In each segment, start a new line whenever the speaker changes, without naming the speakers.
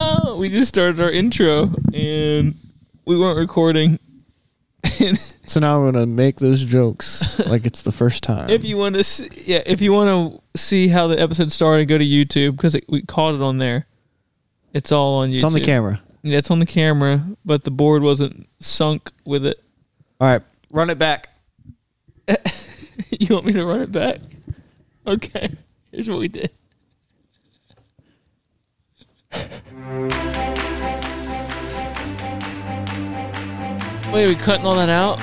Well, we just started our intro and we weren't recording. And
So now I'm gonna make those jokes like it's the first time.
if you want to, see, yeah, if you want to see how the episode started, go to YouTube because we caught it on there. It's all on YouTube.
it's on the camera.
Yeah, it's on the camera, but the board wasn't sunk with it.
All right, run it back.
you want me to run it back? Okay. Here's what we did. Wait, are we cutting all that out?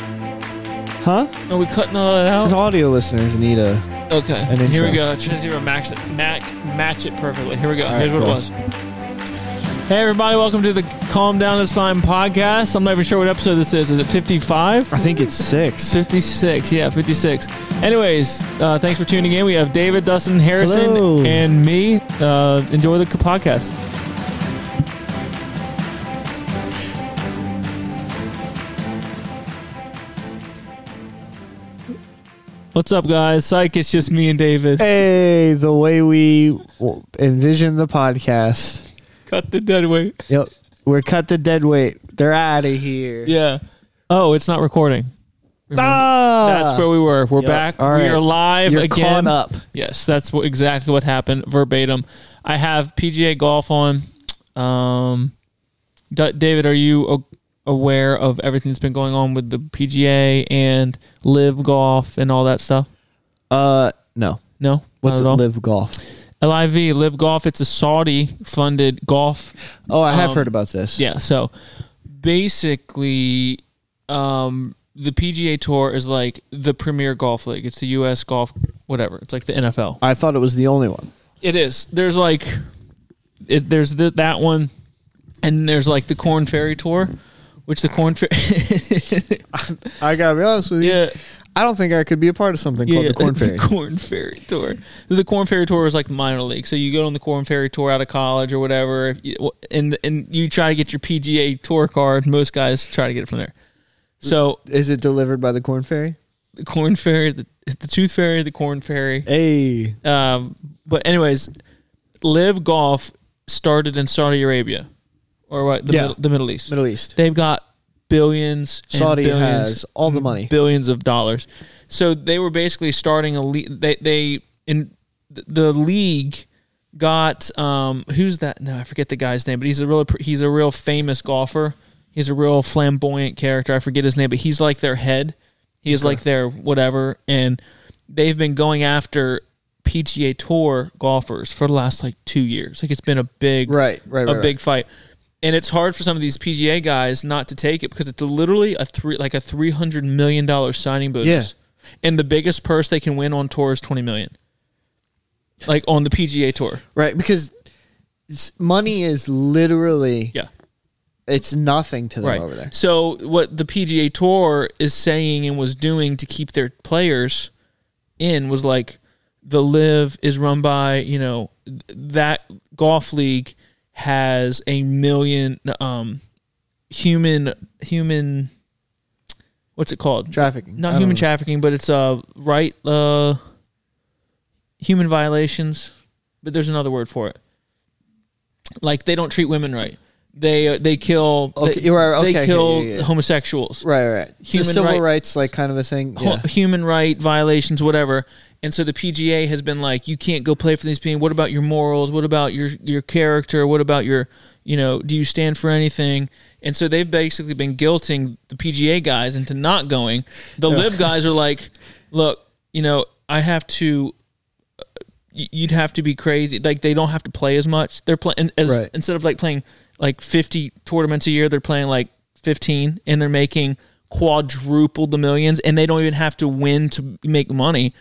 Huh?
Are we cutting all that out?
As audio listeners need a
Okay.
an
Here we
intro.
go. Trinity Zero Max Mac match it perfectly. Here we go.
All right,
Here's what
go.
it was. Hey everybody, welcome to the Calm Down It's Fine podcast. I'm not even sure what episode this is. Is it 55?
I think it's six.
56 yeah 56 anyways uh, thanks for tuning in we have david dustin harrison
Hello.
and me uh, enjoy the podcast what's up guys psych it's just me and david
Hey, the way we w- envision the podcast.
cut the dead weight
Yep. We're cut to dead weight. They're out of here.
yeah oh it's not recording
Ah!
that's where we were we're
Yep.
back
All
we
right.
are live
You're
again
caught up.
Yes, that's what, exactly what happened verbatim. I have PGA golf on. Um, D- David, are you a- aware of everything that's been going on with the PGA and Live Golf and all that stuff?
Uh, no.
No, not
What's it?
at all.
Live golf.
LIV Live Golf. It's a Saudi-funded golf
Oh, I have
Um,
heard about this.
Yeah. So basically, um, the PGA Tour is like the premier golf league. It's the U.S. golf, whatever. It's like the NFL.
I thought it was the only one.
It is. There's like, it, there's th that one, and there's like the Corn Ferry tour, which the Corn Ferry,
I gotta be honest with
yeah,
I don't think I could be a part of something
yeah, Corn Ferry tour. The Corn Ferry tour is like the minor league. So you go on the Corn Ferry tour out of college or whatever, if you- and and you try to get your PGA tour card. Most guys try to get it from there. So
Is it delivered by the Corn Fairy?
the Corn Ferry, the, the Tooth Fairy, the Corn Ferry.
Hey.
Um, but anyways, Live Golf started in Saudi Arabia, or what? The,
Yeah.
Middle, the Middle East.
Middle East.
They've got billions. and
Saudi
billions,
has all the money.
billions of dollars. So they were basically starting a league. They they in th- the league got um who's that? No, I forget the guy's name, but he's a real he's a real famous golfer. He's a real flamboyant character. I forget his name, but he's like their head. He is like their whatever, and they've been going after PGA Tour golfers for the last like two years. Like it's been a big
Right, right,
a
right.
big fight. And it's hard for some of these PGA guys not to take it because it's literally a three like a three hundred million dollar signing bonus. And the biggest purse they can win on tour is twenty million. Like on the PGA tour.
right, right because it's- money is literally
Yeah.
it's nothing to them
Right.
over there.
So what the PGA tour is saying and was doing to keep their players in was like the live is run by, you know, th- that golf league has a million um human human what's it called?
Trafficking, I
Not
don't
human
know.
trafficking, but it's uh right uh human violations, but there's another word for it. Like they don't treat women right. They uh, they kill
Okay,
they,
you are- okay,
they
okay,
kill
yeah, yeah.
homosexuals.
Right, right. It's a
Human
civil
right-
rights like kind of a thing.
hu-
Yeah.
human right violations, whatever. And so the PGA has been like, you can't go play for these people. What about your morals? What about your your character? What about your you know? Do you stand for anything? And so they've basically been guilting the PGA guys into not going. The live guys are like, look, you know, I have to. y- You'd have to be crazy. Like they don't have to play as much. They're playing as
Right.
instead of like playing like 50 tournaments a year, they're playing like 15 and they're making quadruple the millions and they don't even have to win to make money.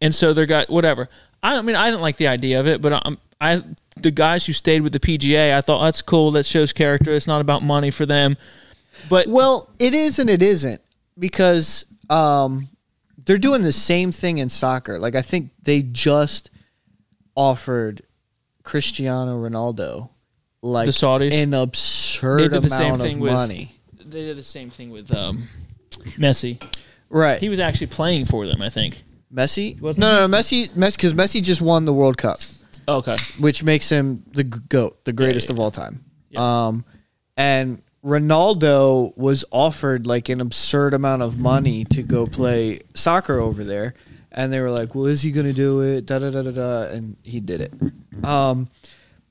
And so they're got whatever. I don't- I mean I didn't like the idea of it, but I'm I the guys who stayed with the PGA, I thought that's cool. That shows character. It's not about money for them. But
Well, it is and it isn't because um, they're doing the same thing in soccer. Like I think they just offered Cristiano Ronaldo like
The Saudis?
an
They
absurd
did
amount
the same thing
of
with-
money.
they did the same thing with um, Messi.
Right.
He was actually playing for them, I think.
Messi?
Wasn't
No, no, no, Messi Messi cuz Messi just won the World Cup,
Okay.
which makes him the g- goat, the greatest
yeah,
of all time. Um, and Ronaldo was offered like an absurd amount of money to go play soccer over there, and they were like, "Well, is he going to do it?" Da da da da da, and he did it. Um,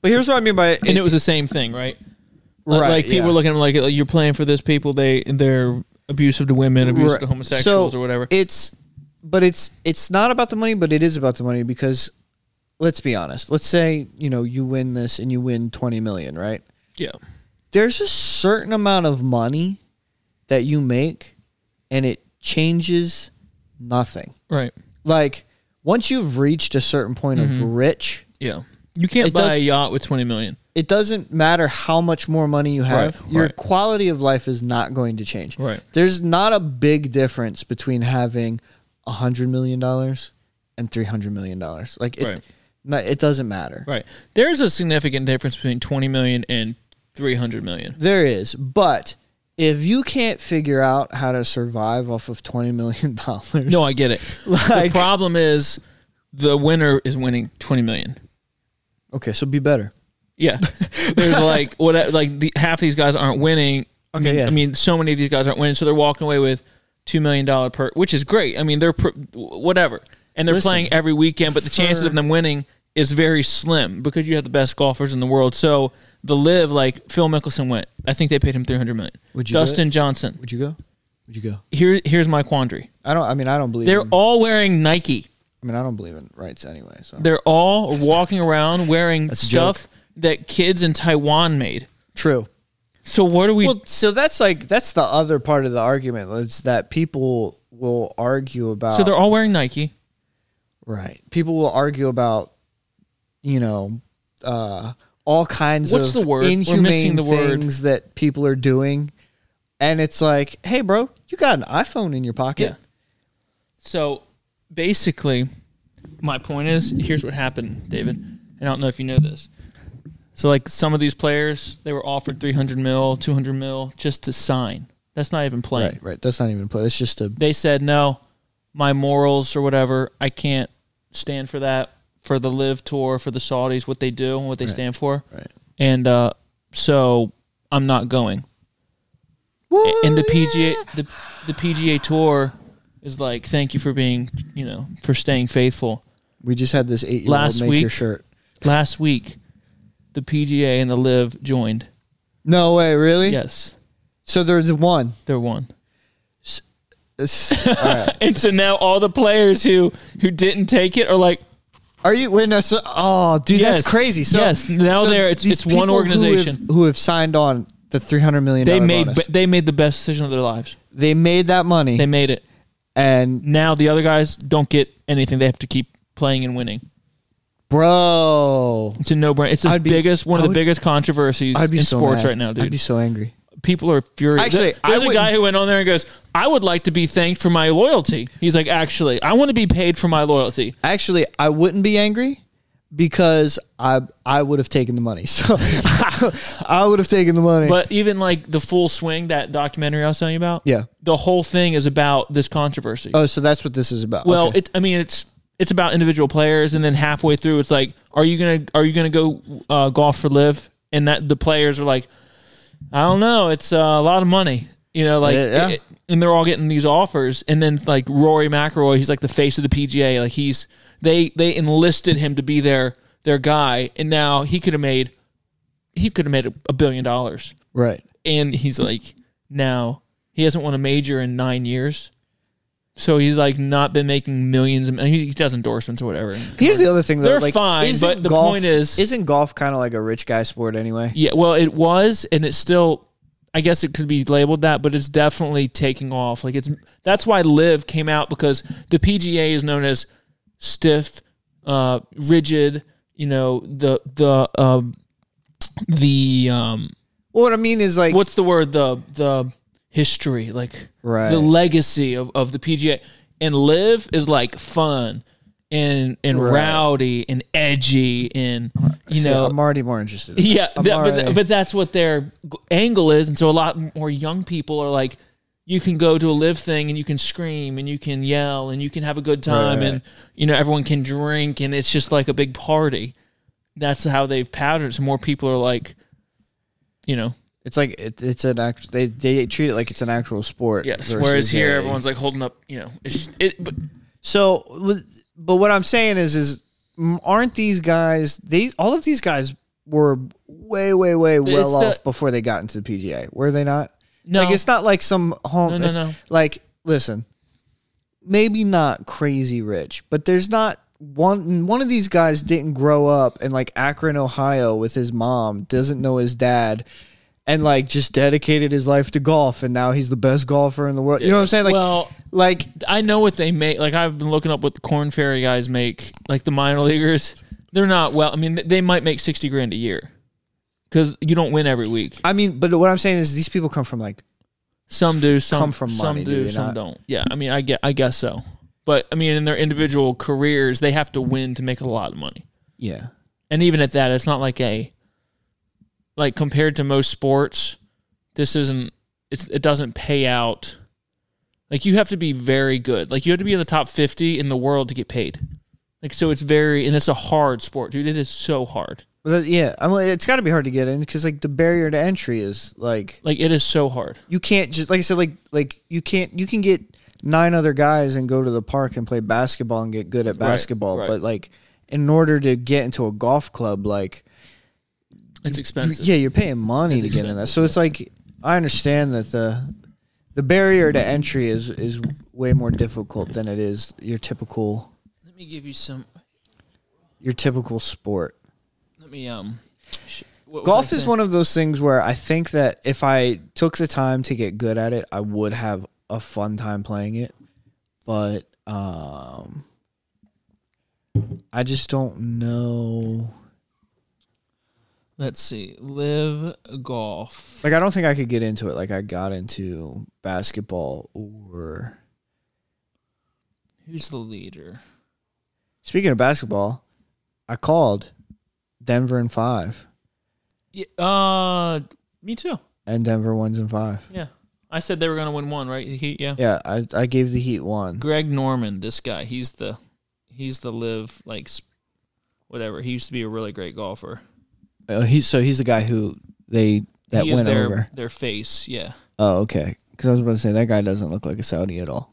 but here's what I mean by
and it was the same thing, right? Like-
Right,
like people
yeah.
were looking at him like you're playing for this people. They they're abusive to women, abusive
Right.
to homosexuals,
So,
or whatever.
It's but it's it's not about the money, but it is about the money because let's be honest. Let's say, you know, you win this and you win 20 million, right?
yeah,
There's a certain amount of money that you make and it changes nothing.
right.
Like once you've reached a certain point of
Mm-hmm.
rich,
Yeah, you can't
It
buy a
does-
yacht with twenty million.
it doesn't matter how much more money you have.
Right,
your
right.
quality of life is not going to change.
Right.
There's not a big difference between having a hundred million dollars and three hundred million dollars. Like it,
Right.
no, it doesn't matter.
Right. There's a significant difference between twenty million and three hundred million.
There is, but if you can't figure out how to survive off of twenty million dollars,
No, I get it. the
Like-
problem is the winner is winning twenty million.
okay, so be better.
Yeah, there's like what like the, half these guys aren't winning. I
Okay,
mean,
yeah.
I mean, so many of these guys aren't winning, so they're walking away with two million dollar per, which is great. I mean, they're pr- whatever, and they're
Listen,
playing every weekend, but the chances
for-
of them winning is very slim because you have the best golfers in the world. So the live like Phil Mickelson went. I think they paid him three hundred million.
Would you do
Dustin Johnson.
Would you go? Would you go?
Here, here's my quandary.
I don't. I mean, I don't believe.
They're
in,
all wearing Nike.
I mean, I don't believe in rights anyway. So
They're all walking around wearing
a
stuff that kids in Taiwan made.
true.
So what are we?
Well, so that's like that's the other part of the argument is that people will argue about.
so they're all wearing Nike.
right. People will argue about, you know, uh, all kinds
What's
of
the word? We're
inhumane
missing the word.
things that people are doing, and it's like, hey, bro, you got an iPhone in your pocket.
Yeah. So basically, my point is here's what happened, David. And I don't know if you know this. So, like some of these players, they were offered 300 mil, 200 mil just to sign. That's not even playing.
Right, right. That's not even a play. That's just a
They said, no, my morals or whatever, I can't stand for that for the live tour, for the Saudis, what they do and what they stand for.
right.
And uh, so I'm not going. and the PGA the, the PGA Tour is like, thank you for being, you know, for staying faithful.
We just had this eight-year-old
Last
make your
week-
shirt.
Last week, the PGA and the Live joined.
No way, really?
Yes,
So there's one.
they're one.
It's- all right.
And so now all the players who who didn't take it are like,
Are you wait no so, oh dude
Yes.
that's crazy. So
Yes, now
so
they're- it's-
these
it's one
people who have-
organization.
who have, signed on the three hundred million
they
dollar
made
bonus.
but they made the best decision of their lives.
they made that money
They made it.
and
Now the other guys don't get anything. They have to keep playing and winning.
bro
It's a no brainer. It's the
I'd be-
biggest one of
I
the
would-
biggest controversies
I'd be
in
so
sports
mad.
right now, dude.
I'd be so angry.
people are furious.
Actually,
There-
I
there's a guy
wouldn't-
who went on there and goes, "I would like to be thanked for my loyalty." He's like, "Actually, I want to be paid for my loyalty."
Actually, I wouldn't be angry because I I would have taken the money. So I would have taken the money.
But even like the full swing, that documentary I was telling you about,
Yeah.
the whole thing is about this controversy.
oh, so that's what this is about.
well,
Okay.
it, I mean, it's it's about individual players, and then halfway through, it's like, "Are you gonna Are you gonna go uh, golf for live?" And that the players are like, "I don't know. It's uh, a lot of money." You know, like,
Yeah, yeah.
and they're all getting these offers, and then like Rory McIlroy, he's like the face of the PGA. Like he's they they enlisted him to be their their guy, and now he could have made he could have made a, a billion dollars,
right.
and he's like now he hasn't won a major in nine years, so he's like not been making millions. Of, he, he does endorsements or whatever.
Here's the other thing though.
They're
like,
fine,
isn't
but the
golf-
point is-
isn't golf kind of like a rich guy sport anyway?
Yeah, well, it was, and it's still. I guess it could be labeled that, but it's definitely taking off. Like it's that's why Live came out because the PGA is known as stiff, uh, rigid. You know the the um, the um,
Well, what I mean is like
what's the word the the history like
Right.
the legacy of, of the PGA and live is like fun and and
Right.
rowdy and edgy and you
See,
know
I'm already more interested. in
yeah
that. I'm
that- but,
already-
but that's what their g- angle is and so a lot more young people are like you can go to a live thing and you can scream and you can yell and you can have a good time
Right.
and you know everyone can drink and it's just like a big party that's how they've patterned it. so more people are like you know.
It's like it, it's an act. They they treat it like it's an actual sport.
Yes.
versus
Whereas here,
a-
everyone's like holding up, you know, it's, it. But
So, with- but what I'm saying is, is mm, aren't these guys? These all of these guys were way, way, way well
the-
off before they got into the PGA. Were they not?
No.
like it's not like some home.
No, no,
it's-
no.
Like, listen, maybe not crazy rich, but there's not one. One of these guys didn't grow up in like Akron, Ohio, with his mom. Doesn't know his dad. And like just dedicated his life to golf, and now he's the best golfer in the world. You know what I'm saying? Like,
well,
like
I know what they make. Like I've been looking up what the corn fairy guys make. Like the minor leaguers, they're not well. I mean, they might make sixty grand a year because you don't win every week.
I mean, but what I'm saying is these people come from like
Some do, some
Come from
some
money, do
do,
they
some
not?
don't. Yeah, I mean, I get, I guess so. But I mean, in their individual careers, they have to win to make a lot of money.
yeah.
And even at that, it's not like a like compared to most sports, this isn't. It's it doesn't pay out. Like you have to be very good. Like you have to be in the top fifty in the world to get paid. Like so, it's very and it's a hard sport, dude. It is so hard.
Well, that- yeah, I mean, it's got to be hard to get in because like the barrier to entry is like
Like it is so hard.
you can't just like I said like like you can't you can get nine other guys and go to the park and play basketball and get good at basketball,
right.
but like in order to get into a golf club, like
It's expensive.
yeah, you're paying money to get in that. So it's like I understand that the the barrier to entry is is way more difficult than it is your typical
Let me give you some.
your typical sport.
Let me um. sh- what was
golf
I
is
saying?
one of those things where I think that if I took the time to get good at it, I would have a fun time playing it. But um I just don't know.
Let's see. Live golf.
Like I don't think I could get into it like I got into basketball or
Who's the leader?
Speaking of basketball, I called Denver in 5
Yeah, uh, me too.
and Denver wins in 5.
Yeah, I said they were gonna win one, right? The Heat. Yeah.
Yeah, I I gave the Heat 1.
Greg Norman, this guy, he's the he's the live like sp- whatever. He used to be a really great golfer.
Oh, he's so he's the guy who they that
he is
went
their
over.
their face. Yeah.
Oh, okay. Because I was about to say that guy doesn't look like a Saudi at all.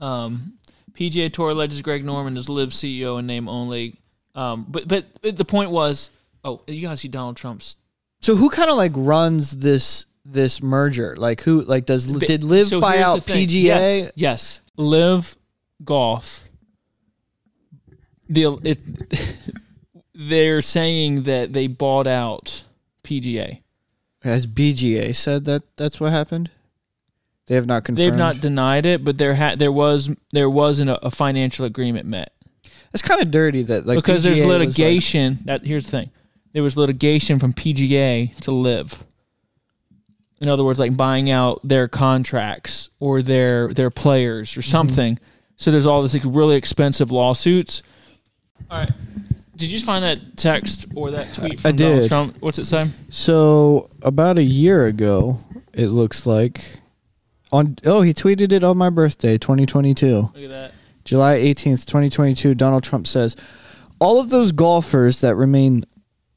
Um, PGA Tour legends Greg Norman is live CEO in name only. Um, but, but but the point was, oh, you gotta see Donald Trump's.
So who kind of like runs this this merger? Like who like does did Live
So
buy
here's the
out
thing.
PGA?
Yes, yes. Live golf. The it, they're saying that they bought out PGA.
Has BGA said that that's what happened? They have not confirmed.
They've not denied it, but there ha- there was there was an, a financial agreement met
It's kind of dirty that like
because
PGA
there's
was, like-
litigation. that here's the thing, there was litigation from PGA to Live. In other words, like buying out their contracts or their their players
Mm-hmm.
or something. So there's all this like really expensive lawsuits. All right, did you find that text or that tweet from Donald
did.
Trump? What's it say?
So about a year ago, it looks like on oh he tweeted it on my birthday, 2022.
Look at that.
July 18th, 2022, Donald Trump says, All of those golfers that remain,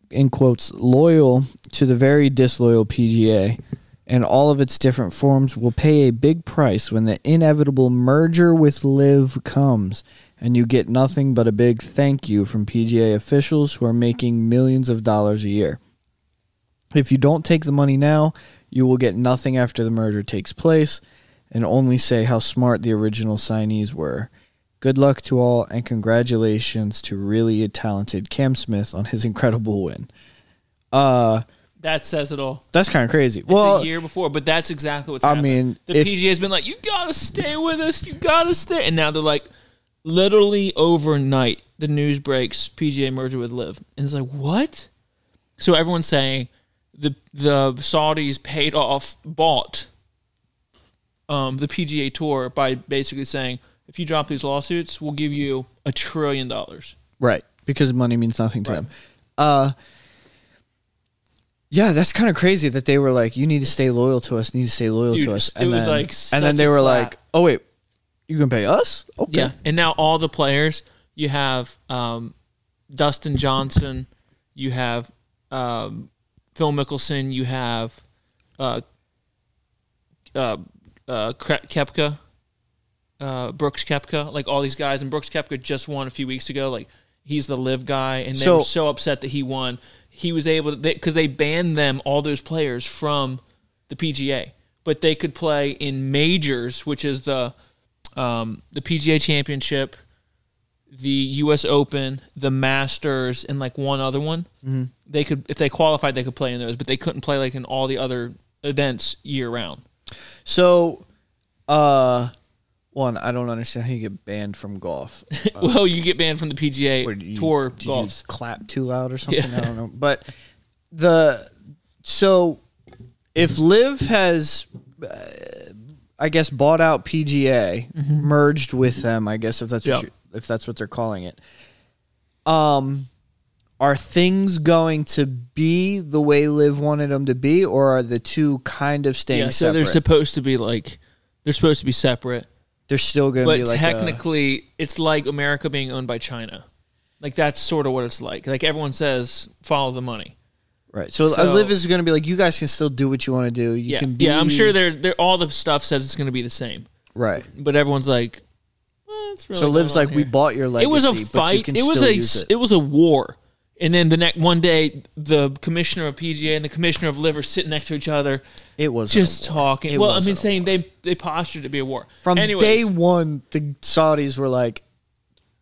in quotes, loyal to the very disloyal PGA and all of its different forms will pay a big price when the inevitable merger with Live comes. And you get nothing but a big thank you from PGA officials who are making millions of dollars a year. If you don't take the money now, you will get nothing after the merger takes place and only say how smart the original signees were. Good luck to all and congratulations to really talented Cam Smith on his incredible win. Uh
That says it all.
that's kind of crazy.
well,
well,
a year before, but that's exactly what's
I
happening.
mean,
the
if-
PGA has been like, you gotta stay with us, you gotta stay, and now they're like, literally overnight, the news breaks, PGA merger with Live, and it's like, what? So everyone's saying the the Saudis paid off, bought um, the PGA Tour by basically saying, if you drop these lawsuits, we'll give you a trillion dollars.
right, because money means nothing to them. Uh yeah, that's kind of crazy that they were like, "You need to stay loyal to us. Need to stay loyal
Dude,
to us."
it was like such
and then they
a
were
slap.
like, "Oh wait, you can pay us? Okay,
Yeah, and now all the players you have um, Dustin Johnson, you have um, Phil Mickelson, you have uh, uh, uh, Kre- Kepka, uh, Brooks Kepka, like all these guys. And Brooks Kepka just won a few weeks ago. Like he's the live guy, and they
So-
were so upset that he won. He was able to because they, banned them all those players from the PGA, but they could play in majors, which is the um, the PGA Championship, the U.S. Open, the Masters, and like one other one. Mm-hmm. They could, if they qualified, they could play in those, but they couldn't play like in all the other events year round.
So, uh, one, I don't understand how you get banned from golf.
well, you get banned from the PGA
Or do you-
Tour
did
golf.
you clap too loud or something? I don't know. But the so if Live has, uh, I guess, bought out PGA, merged with them. I guess if that's
Mm-hmm. Yeah.
what you, if that's what they're calling it. Um, are things going to be the way Live wanted them to be, or are the two kind of staying
yeah, so
separate?
they're supposed to be like they're supposed to be separate,
they're still going to be
but
like a-
technically, it's like America being owned by China. Like that's sort of what it's like. Like everyone says, follow the money.
Right. So,
So-
Live is going to be like, you guys can still do what you want to do. You
Yeah,
can be.
yeah. I'm sure they're they're all the stuff says it's going to be the same,
Right.
but everyone's like, eh, it's really
So Liv's
going
like,
on
we
here."
bought your legacy.
it was a
But you
fight.
can
It was
still
a
use
it.
it.
was a war. And then the next one day, the commissioner of PGA and the commissioner of Liver sitting next to each other,
It was
just talking.
It
well, I
wasn't
mean,
a
saying they they postured to be a war
from
Anyways,
day one. The Saudis were like,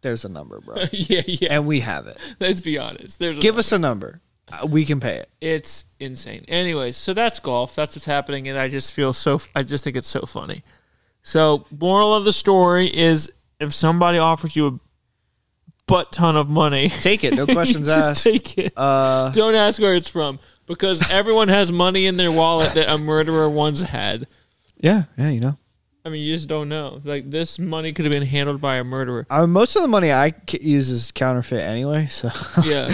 "There's a number, bro,
yeah, yeah.
and we have it.
Let's be honest. There's
Give us a number. Uh, We can pay it."
it's insane. Anyways, so that's golf. That's what's happening, and I just feel so. I just think it's so funny. So, moral of the story is: if somebody offers you a butt ton of money,
Take it. No questions
just
asked.
take it.
Uh,
Don't ask where it's from because everyone has money in their wallet that a murderer once had.
yeah, yeah, you know.
I mean, you just don't know. Like this money could have been handled by a murderer.
Uh, most of the money I c- use is counterfeit anyway. So
Yeah.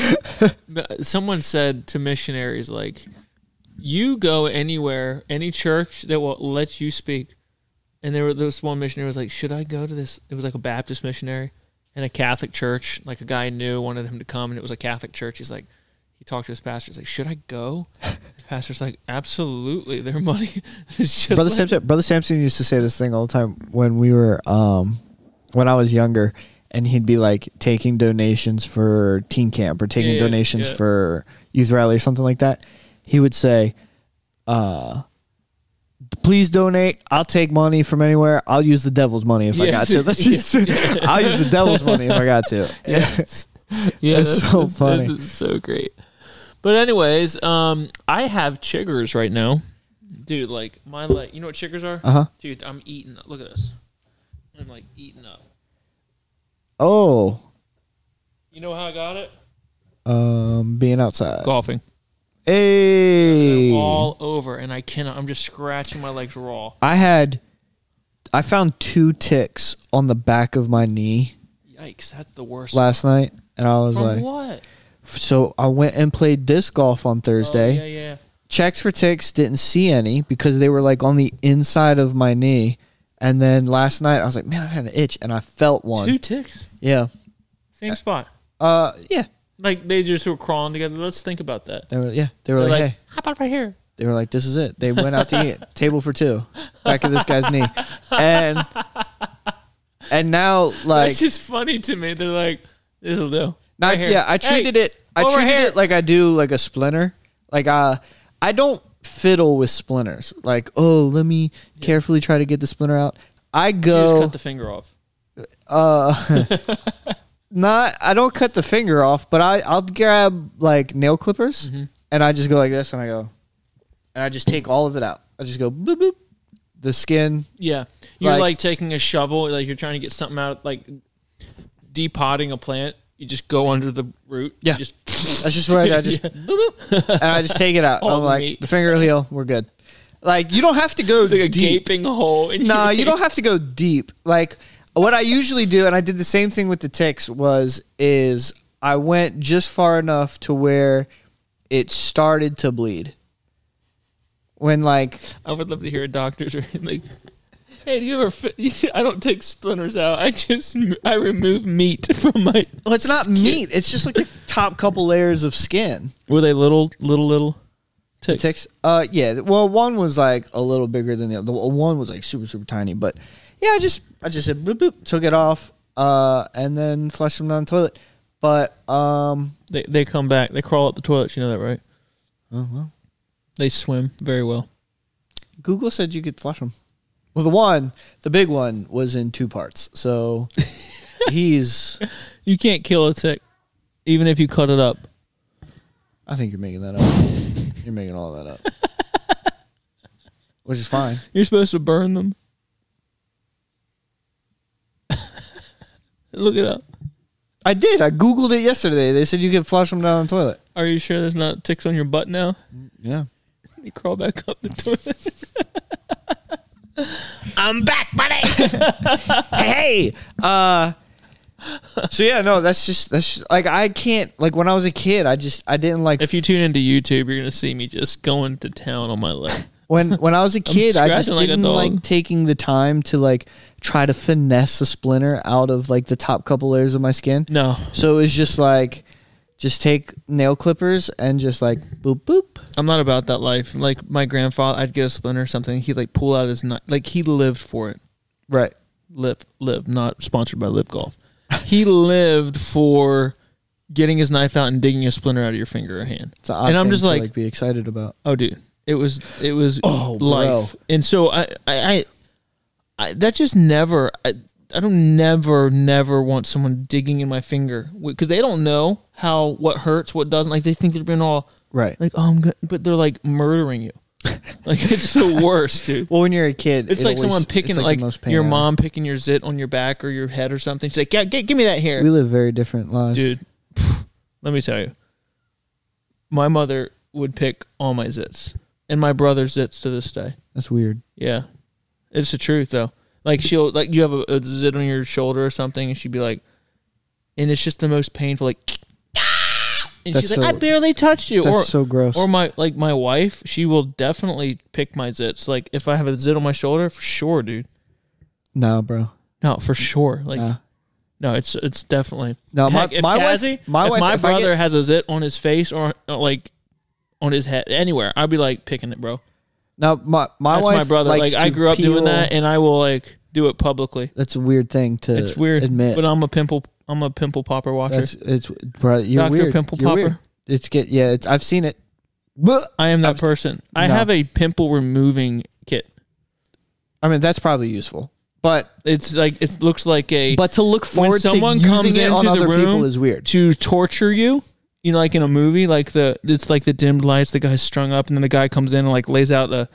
But Someone said to missionaries like you go anywhere, any church that will let you speak. And there was this one missionary was like, "Should I go to this?" It was like a Baptist missionary in a Catholic church. Like a guy I knew wanted him to come, and it was a Catholic church. He's like, he talked to his pastor. He's like, "Should I go?" The pastor's like, "Absolutely. Their money is just
Brother
like-
Sampson, Brother Sampson used to say this thing all the time when we were um when I was younger and he'd be like taking donations for teen camp or taking
Yeah, yeah,
donations
yeah.
for youth rally or something like that. He would say uh Please donate. I'll take money from anywhere. I'll use the devil's money if I got
Yes.
to. That's just, I'll use the devil's money if I got to.
Yeah,
That's so funny.
This is so great. But anyways, um, I have chiggers right now, dude. Like my like, you know what chiggers are,
Uh huh.
dude? I'm eating. Look at this. I'm like eating up.
Oh,
You know how I got it?
um, being outside.
Golfing.
Hey.
All over, and I cannot. I'm just scratching my legs raw.
I had I found two ticks on the back of my knee
Yikes, that's the worst.
last night and I was
From
like
what?
so I went and played disc golf on Thursday.
Oh, yeah, yeah.
Checked for ticks, didn't see any because they were like on the inside of my knee. And then last night I was like, man, I had an itch and I felt one.
Two ticks,
Yeah.
same spot.
Uh yeah.
Like they just were crawling together. Let's think about that.
They were yeah. They were
They're
like,
like,
hey.
how about right here?
They were like, this is it. They went out to eat table for two. Back of this guy's knee. And and now like
It's just funny to me. They're like, this will do.
Not
Right here.
yeah. I treated it. I
over
treated
here.
it like I do like a splinter. Like uh, I don't fiddle with splinters. Like oh, let me carefully try to get the splinter out. I
You just
go
cut the finger off.
uh, not. I don't cut the finger off, but I I'll grab like nail
Mm-hmm.
clippers and I just go like this and I go, and I just take all of it out. I just go bloop bloop, the skin.
Yeah, you're like,
Like-
taking a shovel, like you're trying to get something out, like depotting a plant. You just go under the root. You
Yeah.
just
That's just what I, do. I just bloop, bloop, and I just take it out. And
All
I'm like
neat.
the finger will heal. We're good. Like you don't have to go
like a
deep.
gaping hole. In
No,
your-
you don't have to go deep. Like what I usually do, and I did the same thing with the ticks, was is I went just far enough to where it started to bleed. When like
I would love to hear a doctor's right, like, "Hey, do you ever? Fi- I don't take splinters out. I just I remove meat from my.
Oh, well, it's not meat, it's just like the top couple layers of skin.
Were they little, little, little? Ticks.
Ticks. Uh, yeah. th- Well, one was like a little bigger than the other. The One was like super super tiny, but yeah, I just I just said boop boop, took it off, uh, and then flushed them down the toilet. But um,
They they come back. They crawl up the toilets. You know that, right?
oh, well,
They swim very well.
Google said you could flush them. Well, the one, the big one, was in two parts, so he's.
You can't kill a tick, even if you cut it up.
I think you're making that up. You're making all that up, which is fine.
You're supposed to burn them. Look it up.
I did. I googled it yesterday. They said you could flush them down the toilet.
Are you sure there's not ticks on your butt now?
Yeah.
You crawl back up the toilet. I'm back, buddy.
hey, hey. Uh, so yeah, no, that's just that's just, like I can't like when I was a kid, I just I didn't like
If you tune into YouTube, you're gonna see me just going to town on my leg.
when when I was a kid, I just
scratching like a
didn't
dog.
like taking the time to like try to finesse a splinter out of like the top couple layers of my skin.
No,
So it was just like just take nail clippers and just like boop boop.
I'm not about that life. Like my grandfather, I'd get a splinter or something. He'd like pull out his knife. Like he lived for it.
Right.
Lip, lip, not sponsored by Lip Golf. He lived for getting his knife out and digging a splinter out of your finger or hand.
It's an odd
And I'm
thing
just
to,
like-
be excited about.
Oh, dude, it was it was
Oh, bro.
life. And so I, I, I, I that just never. I, I don't never, never want someone digging in my finger because they don't know how what hurts, what doesn't. Like they think they're being all
Right.
like, oh, I'm good, but they're like murdering you. like it's the worst, dude.
Well, when you're a kid,
It's
it
like
always-
someone
it's
picking
the
like,
most pain
your
ever.
mom picking your zit on your back or your head or something. She's like, yeah, get, give me that hair
We live very different lives.
dude. phew, Let me tell you, my mother would pick all my zits, and my brother's zits to this day.
That's weird.
Yeah, it's the truth though. Like she'll like you have a, a zit on your shoulder or something, and she'd be like, and it's just the most painful. Like, "Ah!" and
That's
she's like,
so-
I barely touched you.
That's
Or
so gross.
or my like my wife, she will definitely pick my zits. Like if I have a zit on my shoulder, for sure, dude.
no, bro.
No, for sure. Like
Nah.
no, it's it's definitely
No, Uh, my,
Heck, if
my
Cassie,
wife, my
if
wife,
my
if I
brother
get-
has a zit on his face or uh, like on his head anywhere, I'd be like picking it, bro.
no, my my
That's
wife.
my brother.
likes
Like I
to
grew up doing
peel-
that, and I will like do it publicly.
That's a weird thing to.
It's weird,
Admit,
but I'm a pimple. I'm a pimple popper watcher.
that's it's bro. You're
Dr.
weird.
Pimple
You're
Popper.
weird. It's get yeah. It's I've seen it. Blech.
I am that person. I
no.
have a pimple removing kit.
I mean, that's probably useful, but
It's like it looks like a
but to look forward
someone
to using
comes
it on
into the
other people
room-
is weird.
to torture you. You know, like in a movie, like the it's like the dimmed lights. The guy's strung up, and then the guy comes in and like lays out a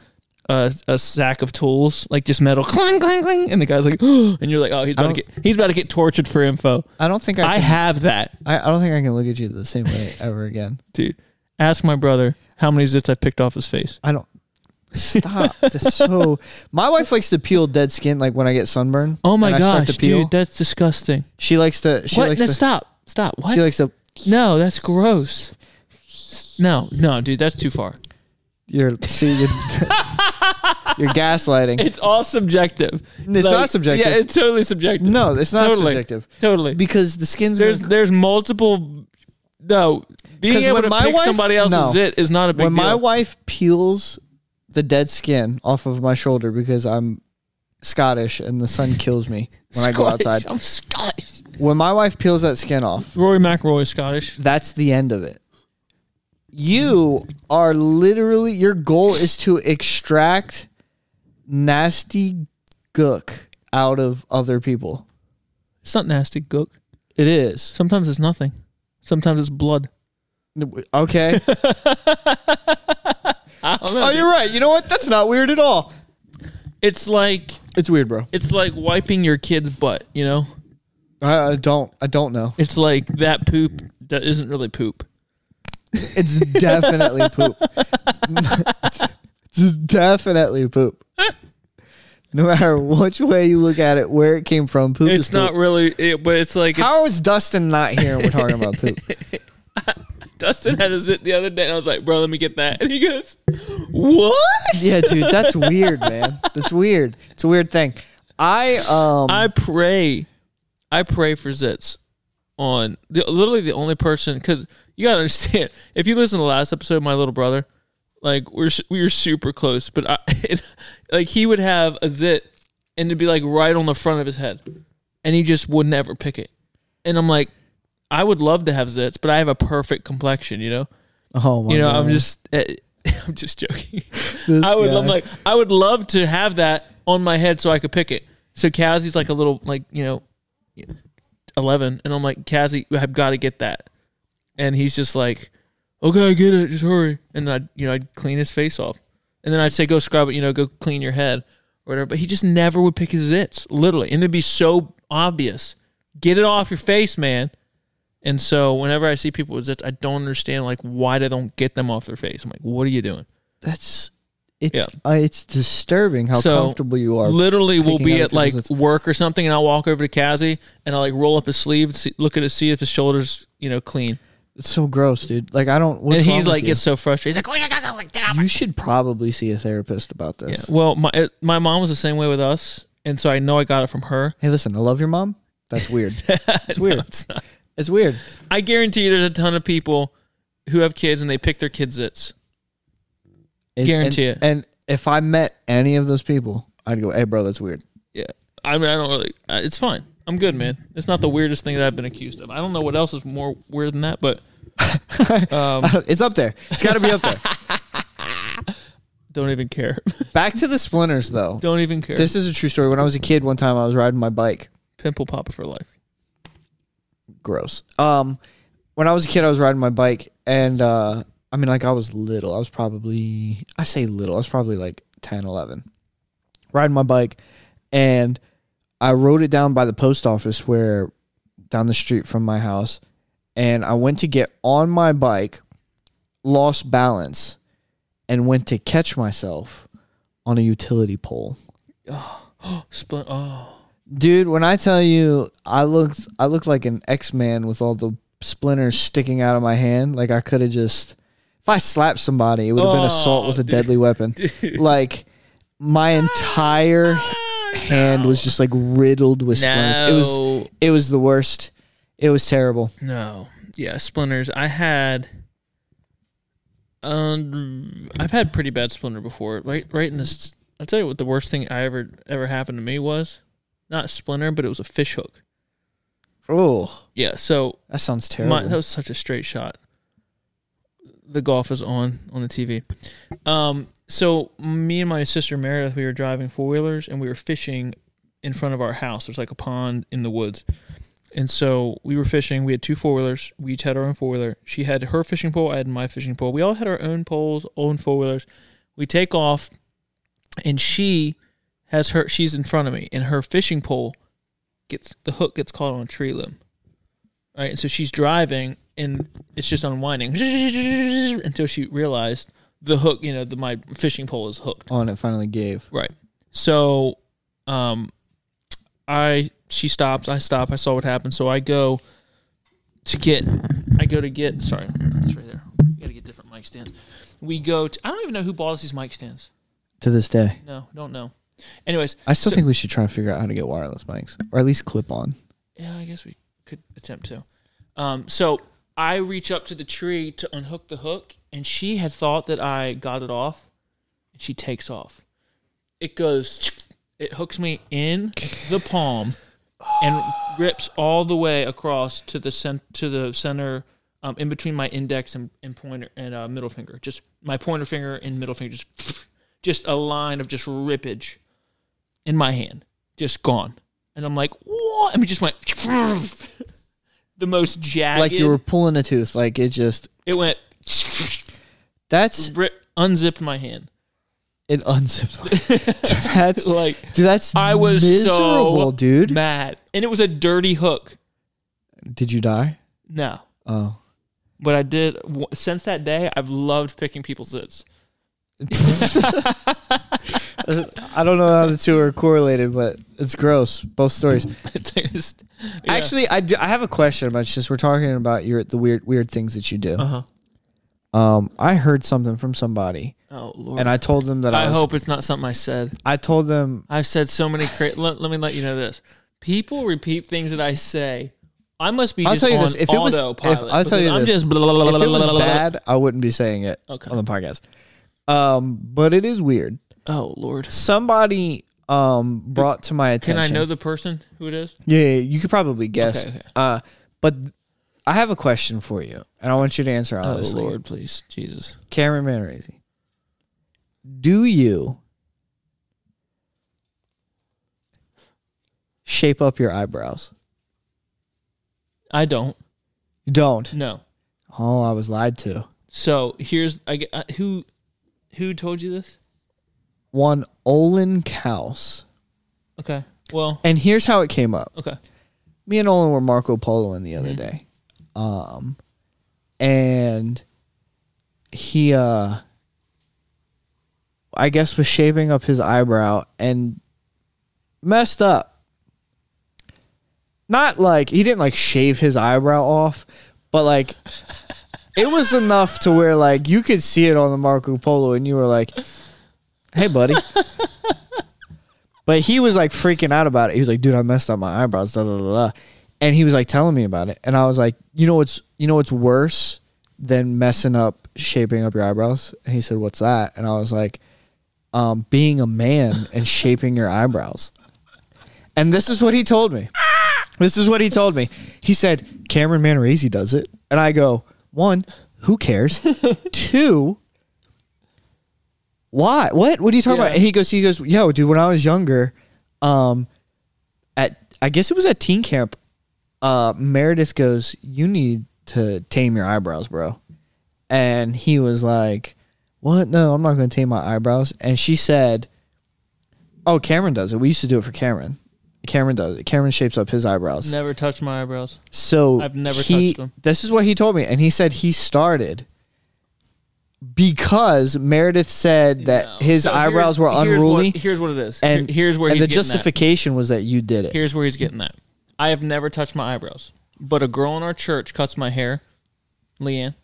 a, a sack of tools, like just metal, clang clang clang, and the guy's like, and you're like, oh, he's about to
don't-
get he's about to get tortured for info.
I don't think I.
I
can-
have that,
I, I don't think I can look at you the same way ever again.
dude. Ask my brother how many zits I picked off his face.
I don't. Stop. That's so. My wife likes to peel dead skin, like when I get sunburn.
Oh my
and I start
gosh,
to peel.
dude, that's disgusting.
She likes to. She
what?
likes
No,
to.
stop, stop. What?
She likes to.
no, that's gross. No, no, dude, that's too far.
You're see. You're, you're gaslighting.
It's all subjective.
It's not subjective.
Yeah, it's totally subjective.
No, it's not
Totally.
subjective
Totally.
because the skin's.
There's
gonna-
there's multiple. No,
'Cause
being able
when
to
my
pick
wife-
somebody else's
no.
zit is not a big
when my
deal.
wife peels the dead skin off of my shoulder because I'm Scottish and the sun kills me when I go
Scottish.
outside.
I'm Scottish.
When my wife peels that skin off,
Rory McIlroy is Scottish.
that's the end of it. You are literally your goal is to extract nasty gook out of other people.
It's not nasty, Gook.
It is.
Sometimes it's nothing. Sometimes it's blood.
Okay.
I don't know.
oh, you're right. You know what? That's not weird at all.
it's like
It's weird, bro.
it's like wiping your kid's butt. You know,
I, I don't I don't know.
it's like that poop that isn't really poop.
It's definitely poop. it's definitely poop. No matter which way you look at it, where it came from, poop
It's
is
not
poop.
really, it, but it's like it's,
How is Dustin not here when we're talking about poop?
Dustin had a zit the other day, and I was like, "Bro, let me get that," and he goes, "What?"
yeah, dude, that's weird, man. That's weird. It's a weird thing. I um
I pray, I pray for zits on the, literally the only person because you gotta understand if you listen to the last episode, my little brother, Like we're s- we were super close, but I, it, like he would have a zit, and it'd be like right on the front of his head, and he just would never pick it. And I'm like, I would love to have zits, but I have a perfect complexion, you know.
Oh my
You know,
God.
I'm just eh, I'm just joking.
This
I would love
guy.
like I would love to have that on my head so I could pick it. So Kazzy's like a little like you know, eleven, and I'm like Kazzy, I've got to get that, and he's just like, okay, get it, just hurry, and I you know I'd clean his face off, and then I'd say go scrub it, you know, go clean your head or whatever, but he just never would pick his zits literally, and it'd be so obvious. Get it off your face, man. And so whenever I see people with zits, I don't understand like why they don't get them off their face. I'm like, what are you doing?
that's it's uh, it's disturbing how
So,
comfortable you are.
Literally, we'll
picking
be
other
at like
people's zits.
work or something, and I'll walk over to Kazzy and I'll like roll up his sleeve, see, look at his, see if his shoulders, you know, clean.
it's so gross, dude. Like I don't. What's
and
wrong
he's
with
like,
you?
gets so frustrated. He's like,
You should probably see a therapist about this.
yeah. Well, my it, my mom was the same way with us, and so I know I got it from her.
Hey, listen, I love your mom. That's weird.
It's
weird.
it's not.
it's weird.
I guarantee you, there's a ton of people who have kids and they pick their kids' zits.
And-
Guarantee
and,
it.
And if I met any of those people, I'd go, "Hey, bro, that's weird."
Yeah. I mean, I don't really. Uh, it's fine. I'm good, man. It's not the weirdest thing that I've been accused of. I don't know what else is more weird than that, but um,
it's up there. It's got to be up there.
don't even care.
Back to the splinters, though.
don't even care.
This is a true story. When I was a kid, one time I was riding my bike.
Pimple popper for life.
Gross. Um, when I was a kid, I was riding my bike, and uh, I mean, like I was little. I was probably, I say little. I was probably like 10, 11. Riding my bike, and I rode it down by the post office where down the street from my house, and I went to get on my bike, lost balance, and went to catch myself on a utility pole.
Splint. Oh,
Dude, when I tell you I looked I looked like an X-Man with all the splinters sticking out of my hand, like I could have just if I slapped somebody, it would have been assault
Oh,
with a
dude.
deadly weapon. Like my entire hand was just like riddled with splinters. It was
no,
it was the worst. It was terrible.
no, yeah, splinters. I had, um, I've had pretty bad splinter before. Right, right in this. I'll tell you what the worst thing I ever ever happened to me was, not splinter, but it was a fish hook.
Oh,
Yeah, so
that sounds terrible.
my, that was such a straight shot. The golf is on on the TV. Um, so me and my sister Meredith, we were driving four wheelers and we were fishing in front of our house. There's like a pond in the woods, and so we were fishing. We had two four wheelers. We each had our own four wheeler. She had her fishing pole. I had my fishing pole. We all had our own poles, own four wheelers. We take off, and she has her. She's in front of me, and her fishing pole gets the hook gets caught on a tree limb right? And so she's driving, and it's just unwinding until she realized the hook. You know, the, my fishing pole is hooked.
oh, and it finally gave.
Right. So, um, I she stops. I stop. I saw what happened. So I go to get. I go to get. Sorry, it's right there. We gotta get different mic stands. We go. To, I don't even know who bought us these mic stands.
To this day,
No, don't know. Anyways,
I still
So-
think we should try and figure out how to get wireless mics, or at least clip on.
Yeah, I guess we could attempt to. Um, so I reach up to the tree to unhook the hook, and she had thought that I got it off, and she takes off. It goes, it hooks me in the palm, and rips all the way across to the cent- to the center, um, in between my index and, and pointer and uh, middle finger. Just my pointer finger and middle finger, just just a line of just rippage in my hand, just gone. And I'm like, what? And it just went the most jagged.
Like you were pulling a tooth. Like it just
It went
that's
rip, unzipped my hand.
It unzipped. my- that's
Like
dude. That's
I was
miserable,
so
dude.
mad, and it was a dirty hook.
Did you die?
No,
Oh,
but I did. w- Since that day, I've loved picking people's zits.
Uh, I don't know how the two are correlated, but it's gross. Both stories.
It's just- yeah.
Actually, I do. I have a question about since we're talking about your the weird weird things that you do.
Uh-huh.
Um, I heard something from somebody,
oh lord.
and I told them that I,
I
was,
hope it's not something I said.
I told them
I've said so many. Cra- let, let me let you know this. People repeat things that I say. I must be
I'll
just
tell you
on
this, if it was-
autopilot.
if- I'll tell
because
you
I'm
this,
just blah, blah, blah,
if
blah,
it was
blah, blah, blah.
bad, I wouldn't be saying it
Okay.
on the podcast. Um, but it is weird.
Oh Lord.
Somebody um brought to my
Can
attention.
I know the person who it is?
Yeah, yeah, you could probably guess.
Okay, okay.
Uh, but I have a question for you, and I want you to answer honestly.
Oh Lord, please, Jesus.
Cameron Manraisi, do you shape up your eyebrows?
I don't.
You don't.
No.
Oh, I was lied to.
So here's I, get- I who who told you this?
One Olin Kaus.
Okay. Well.
And here's how it came up.
Okay.
me and Olin were Marco Polo in the other day. Um and he uh I guess was shaving up his eyebrow and messed up. Not like he didn't like shave his eyebrow off, but like it was enough to where like you could see it on the Marco Polo and you were like, "Hey buddy." But he was like freaking out about it. He was like, dude, I messed up my eyebrows, da da da da. And he was like telling me about it. And I was like, you know what's you know what's worse than messing up shaping up your eyebrows? And he said, What's that? And I was like, um, being a man and shaping your eyebrows. And this is what he told me. This is what he told me. He said, Cameron Manarese does it. And I go, one, who cares? Two, why? What? What are you talking
Yeah.
about? And he goes, he goes, yo, dude, when I was younger, um, at I guess it was at teen camp, uh, Meredith goes, You need to tame your eyebrows, bro. And he was like, What? No, I'm not gonna tame my eyebrows. And she said, Oh, Cameron does it. We used to do it for Cameron. Cameron does it. Cameron shapes up his eyebrows.
Never touched my eyebrows.
So
I've never
he,
touched 'em.
This is what he told me, and he said he started because Meredith said that
No.
his
So
eyebrows were
here's- here's what-
unruly,
Here's what, it is.
and
And here's where
and
he's
the
getting that.
justification was that you did it.
Here's where he's getting that. I have never touched my eyebrows, but a girl in our church cuts my hair. Leanne,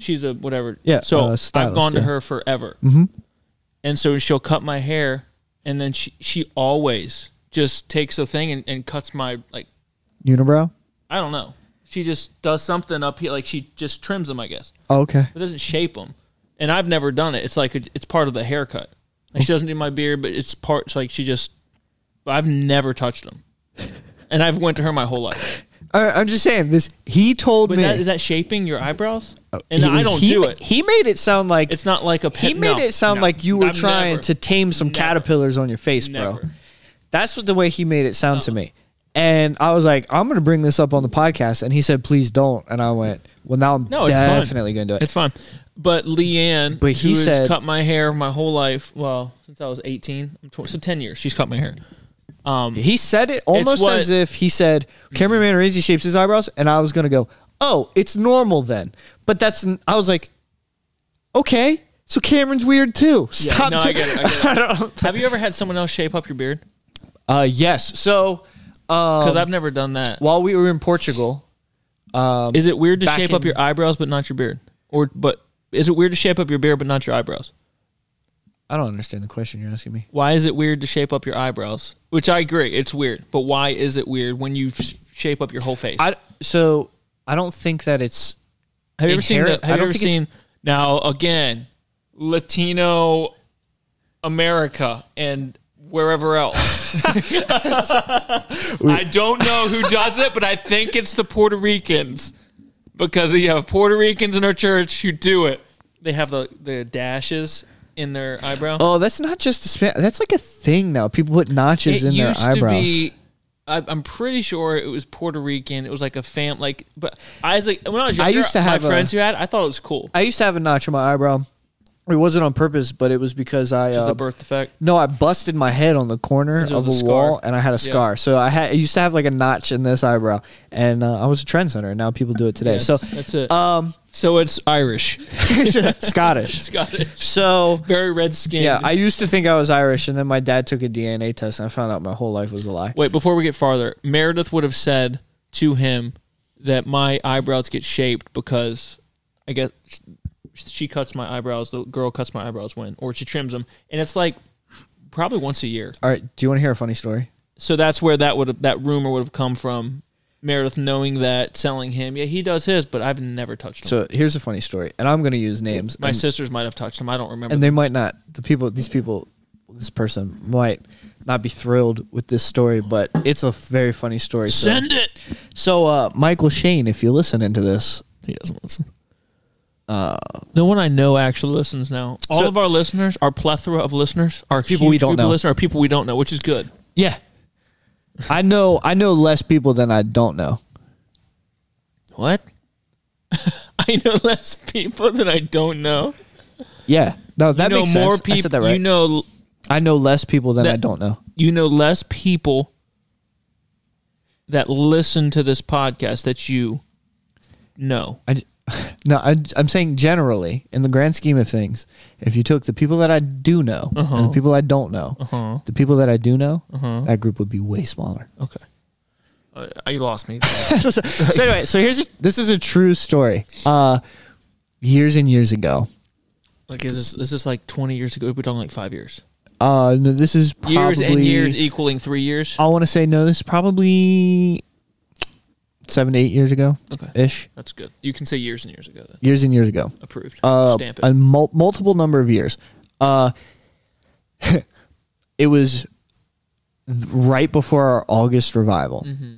she's a whatever.
Mm-hmm. Yeah, uh,
So I've
stylist,
gone to
yeah.
her forever, mm-hmm. and so she'll cut my hair, and then she she always just takes a thing and, and cuts my like
Unibrow.
I don't know. She just does something up here, like she just trims them, I guess,
Oh, okay.
but doesn't shape them. And I've never done it. It's like a, it's part of the haircut. Like she doesn't do my beard, but it's parts like she just. I've never touched them, and I've went to her my whole life.
I, I'm just saying this. He told
But
me,
that, is that shaping your eyebrows? And I don't
Oh, he,
do it.
He made it sound like
It's not like a.
he
pen-
made
no,
it sound
no.
like you were
I've
trying
never,
to tame some
Never.
caterpillars on your face, bro.
never. Uh-huh.
That's what the way he made it sound to me. And I was like, I'm gonna bring this up on the podcast, and he said, please don't. And I went, well, now I'm
No, it's fine.
definitely gonna do it.
It's fine. But Leanne,
But he
who has
said-
cut my hair my whole life. Well, since I was eighteen, I'm 20, so ten years. She's cut my hair. Um,
he said it almost
what- Mm-hmm.
as if he said, Cameron Manarese shapes his eyebrows, and I was gonna go, oh, it's normal then. But that's n- I was like, okay, so Cameron's weird too. Stop.
no, I get it. I get it.
don't-
have you ever had someone else shape up your beard?
Uh, yes. So
Because
Um,
I've never done that. Is
while we were in Portugal,
it weird to
back
shape up
in-
your eyebrows but not your beard? Or but is it weird to shape up your beard but not your eyebrows?
I don't understand the question you're asking me.
Why is it weird to shape up your eyebrows? Which I agree, it's weird. But why is it weird when you f- shape up your whole face?
I so I don't think that it's
Have you ever seen? The,
Inherent- I
have you
don't
ever
think it's-
seen? Now again, Latino America and wherever else. I don't know who does it, but I think it's the Puerto Ricans because you have Puerto Ricans in our church who do it. They have the the dashes in their eyebrow.
Oh, that's not just a span. That's like a thing now. People put notches in their eyebrows.
I, I'm pretty sure it was Puerto Rican. It was like a fam, like. But I was like, when I was
I
younger,
used to have a-
my friends who had, I thought it was cool.
I used to have a notch on my eyebrow. It wasn't on purpose, but it was because I
Just
uh,
the birth defect.
no, I busted my head on the corner
was
of
a
a
scar.
wall, and I had a
Yeah.
scar. So I had I used to have like a notch in this eyebrow, and uh, I was a trend center. And now people do it today.
Yes,
So
that's it.
um,
so it's Irish,
Scottish.
Scottish,
So
very red skin.
yeah, I used to think I was Irish, and then my dad took a DNA test, and I found out my whole life was a lie.
Wait, before we get farther, Meredith would have said to him that my eyebrows get shaped because I guess she cuts my eyebrows. The girl cuts my eyebrows when, or she trims them, and it's like probably once a year.
All right, do you want to hear a funny story?
So that's where that would have, that rumor would have come from. Meredith knowing that, selling him. Yeah, he does his, but I've never touched him.
So here's a funny story, and I'm going to use names.
My
and-
sisters might have touched him. I don't remember.
and they might not the people these people this person might not be thrilled with this story but it's a very funny story so,
Send it.
so uh michael shane if you listen into this
He doesn't listen.
uh
No one I know actually listens now. All
So-
of our listeners, our plethora of listeners, are
People
huge
we don't
group of
know.
listeners, are people we don't know, which is good.
yeah i know i know less people than i don't know
What? I know less people that I don't know.
yeah no that
you know
makes
more
sense
people.
i said that right
You know,
i know less people than i
That-
don't know
you know less people that listen to this podcast that you know.
I, j- no I, i'm saying generally in the grand scheme of things if you took the people that i do know and the people i don't know
Huh?
the people that i do know that group would be way smaller
Okay. Uh, you lost me.
so, so anyway, so here's a, this is a true story. Uh, years and years ago.
like, is this is this like twenty years ago? We're talking like five years.
Uh, no, this is probably
years and years equaling three years.
I want to say no. This is probably seven to eight years ago,
Okay.
ish.
That's good. You can say years and years ago then.
Years and years ago.
Approved.
Uh,
Stamp it.
a mul- multiple number of years. Uh, it was th- right before our August revival.
Mm-hmm.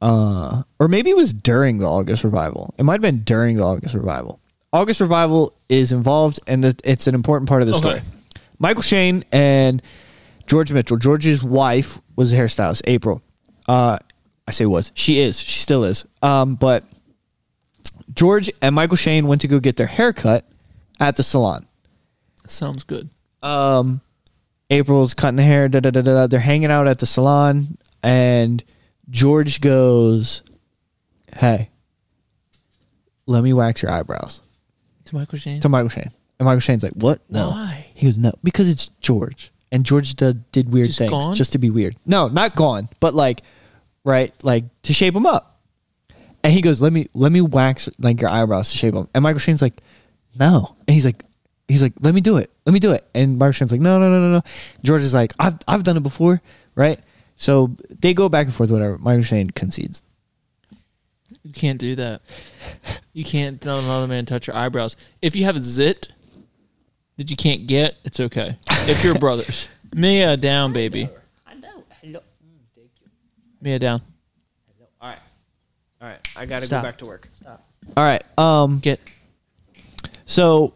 Uh, or maybe it was during the August revival. It might have been during the August revival. August revival is involved, and the, it's an important part of the
Okay.
story. Michael Shane and George Mitchell. George's wife was a hairstylist. April, uh, I say was. She is. She still is. Um, but George and Michael Shane went to go get their haircut at the salon.
Sounds good.
Um, April's cutting the hair. Da, da, da, da, da. They're hanging out at the salon, and George goes, "Hey, let me wax your eyebrows."
To Michael Shane.
To Michael Shane, and Michael Shane's like, "What? No."
Why?
He goes, "No, because it's George." And George did, did weird
Just
things
gone?
just to be weird. No, not gone, but like, right, like to shape him up. And he goes, "Let me, let me wax like your eyebrows to shape them." And Michael Shane's like, "No," and he's like, "He's like, let me do it, let me do it." And Michael Shane's like, "No, no, no, no, no." George is like, "I've, I've done it before, right?" So they go back and forth, whatever. Michael Shane concedes.
You can't do that. You can't let another man touch your eyebrows. If you have a zit that you can't get, it's okay. If you're brothers, Mia down, baby.
I know. Hello. Thank you.
Mia down.
All right. All right. I gotta
go Stop. back
to work. All right. Um.
Get.
So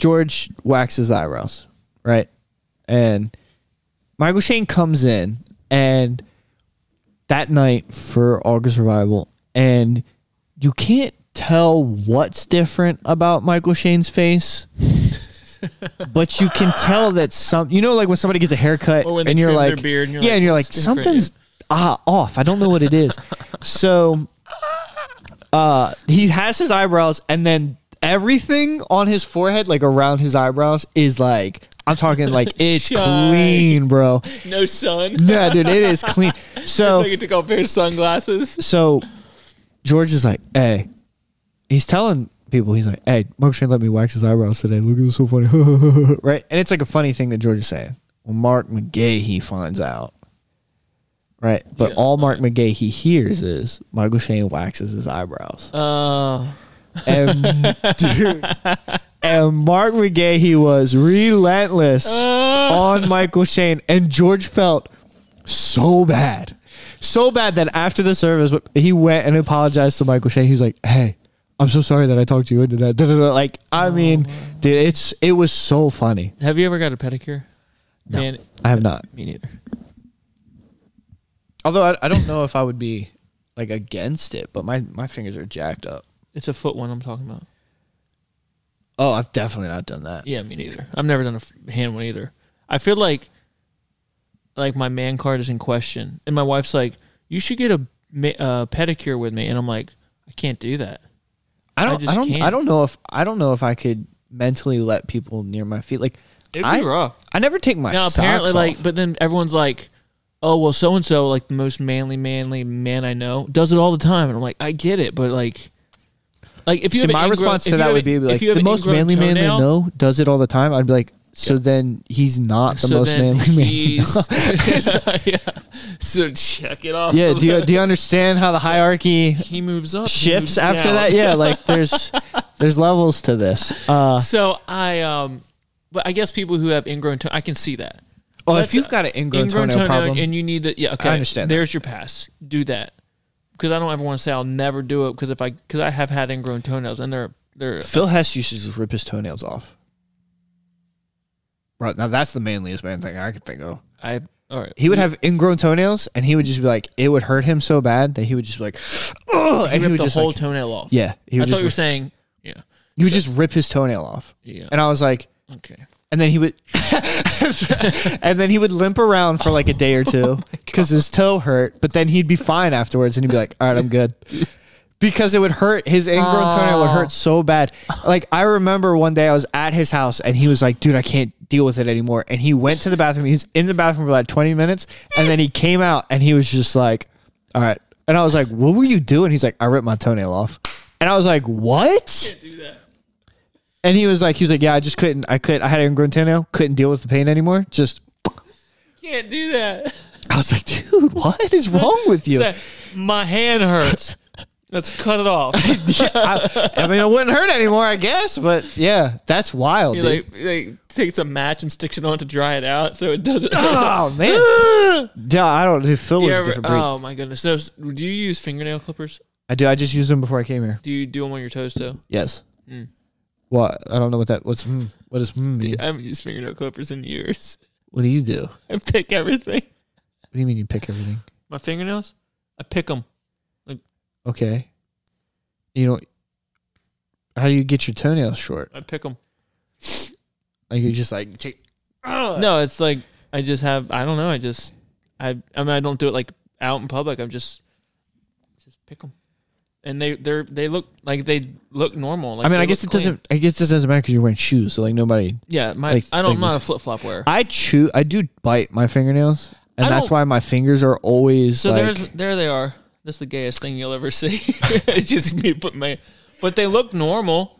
George waxes eyebrows, right? And Michael Shane comes in and that night for August Revival and you can't tell what's different about Michael Shane's face. but you can tell that some you know like when somebody gets a haircut
Or when they
and you're
trim their
like
beard and you're
yeah
like,
and you're like
"It's different,"
something's ah off i don't know what it is so uh he has his eyebrows and then everything on his forehead like around his eyebrows is like i'm talking like it's
Shine.
clean bro
No sun.
yeah dude it is clean so
It's like you took off a pair of sunglasses.
so George is like, hey, he's telling people, he's like, hey, Mark Shane let me wax his eyebrows today. Look, it was so funny. right? And it's like a funny thing that George is saying. Well, Mark McGahee finds out. Right? But
Yeah.
all Mark McGahee hears is Michael Shane waxes his eyebrows.
Uh,
And, dude, and Mark McGahee was relentless on Michael Shane, and George felt so bad, so bad that after the service, he went and apologized to Michael Shane. He's like, "Hey, I'm so sorry that I talked you into that." Da, da, da. Like, I mean, dude, it's it was so funny.
have you ever got a pedicure? No. Man,
I have not,
me neither.
although I, I don't know if I would be like against it, but my my fingers are jacked up.
It's a foot one I'm talking about.
Oh, I've definitely not done that.
Yeah, me neither. I've never done a f- hand one either. I feel like like my man card is in question, and my wife's like, "You should get a ma- uh, pedicure with me," and I'm like, "I can't do that."
I
I
don't. I,
just
don't.
can't.
I don't know if I don't know if I could mentally let people near my feet. Like
It'd be
I,
rough.
I never take my
Now
socks
apparently,
off.
like, but then everyone's like, "Oh well, so and so, like the most manly, manly man I know, does it all the time," and I'm like, "I get it," but like, like if you
See,
have an
my
ingrown-
response
if you
to that
have
would be
an- if
like
you have
the
an
most
ingrown
manly man I
toenail-
know does it all the time. I'd be like, So then he's not the
so
most
then
manly man. you know?
he's, so, yeah. so check it off.
Yeah,
the
do you
list.
do you understand how the hierarchy
he moves up he
shifts
moves
after
down.
that? Yeah, like there's there's levels to this. Uh,
So I um, but I guess people who have ingrown toe, I can see that.
oh,
Let's-
if you've got an ingrown, toenail, problem,
and you need to, yeah, okay,
understand that.
There's your pass. Do that because I don't ever want to say I'll never do it because if I because I have had ingrown toenails and they're they're
Phil Hess used to just rip his toenails off. Right now, that's the manliest man thing I could think of.
I all right.
He would have ingrown toenails, and he would just be like, it would hurt him so bad that he would just be like, oh, and he
ripped
would
the
just
whole
like,
toenail off.
yeah, he
I
would
thought
just
you were saying yeah
he would just rip his toenail off,
yeah
and I was like,
okay.
and then he would and then he would limp around for like a day or two because his toe hurt but then he'd be fine afterwards and he'd be like all right i'm good because it would hurt his ingrown toenail would hurt so bad like i remember one day i was at his house and he was like dude i can't deal with it anymore and he went to the bathroom he was in the bathroom for like 20 minutes and then he came out and he was just like all right and i was like what were you doing he's like i ripped my toenail off and i was like what and he was like, he was like, yeah, I just couldn't, I could, I had ingrown toenail, couldn't deal with the pain anymore. Just,
Can't do that.
I was like, dude, what is wrong with you?
Say, My hand hurts. Let's cut it off.
I, I mean, it wouldn't hurt anymore, I guess, but yeah, that's wild.
He
dude.
like, like takes a match and sticks it on to dry it out so it doesn't.
oh man, yeah, I don't. Dude, Phil
You
was a
ever-
different breed.
oh my goodness! So, s- do you use fingernail clippers?
I do. I just used them before I came here.
Do you do them on your toes though?
Yes.
Mm.
What? I don't know what that. What's mm, what does mm mean?
I haven't used fingernail clippers in years.
What do you do? What
I pick everything.
do you mean you pick everything?
My fingernails, I pick them.
Okay. You don't. How do you get your toenails short?
I pick them.
Like you just like take.
No, it's like I just have. I don't know. I just. I. I mean, I don't do it like out in public. I'm just. Just pick them. And they they're they look like they look normal. Like
I mean,
they
I guess it
look clean.
doesn't. I guess it doesn't matter because you're wearing shoes, so like nobody.
Yeah, my
like,
I don't. I'm not a
fingers.
flip flop wearer.
I chew. I do bite my fingernails, and
I
that's
don't-
why my fingers are always
So
like.
there's there they are. That's the gayest thing you'll ever see. it's just me put my, but they look normal.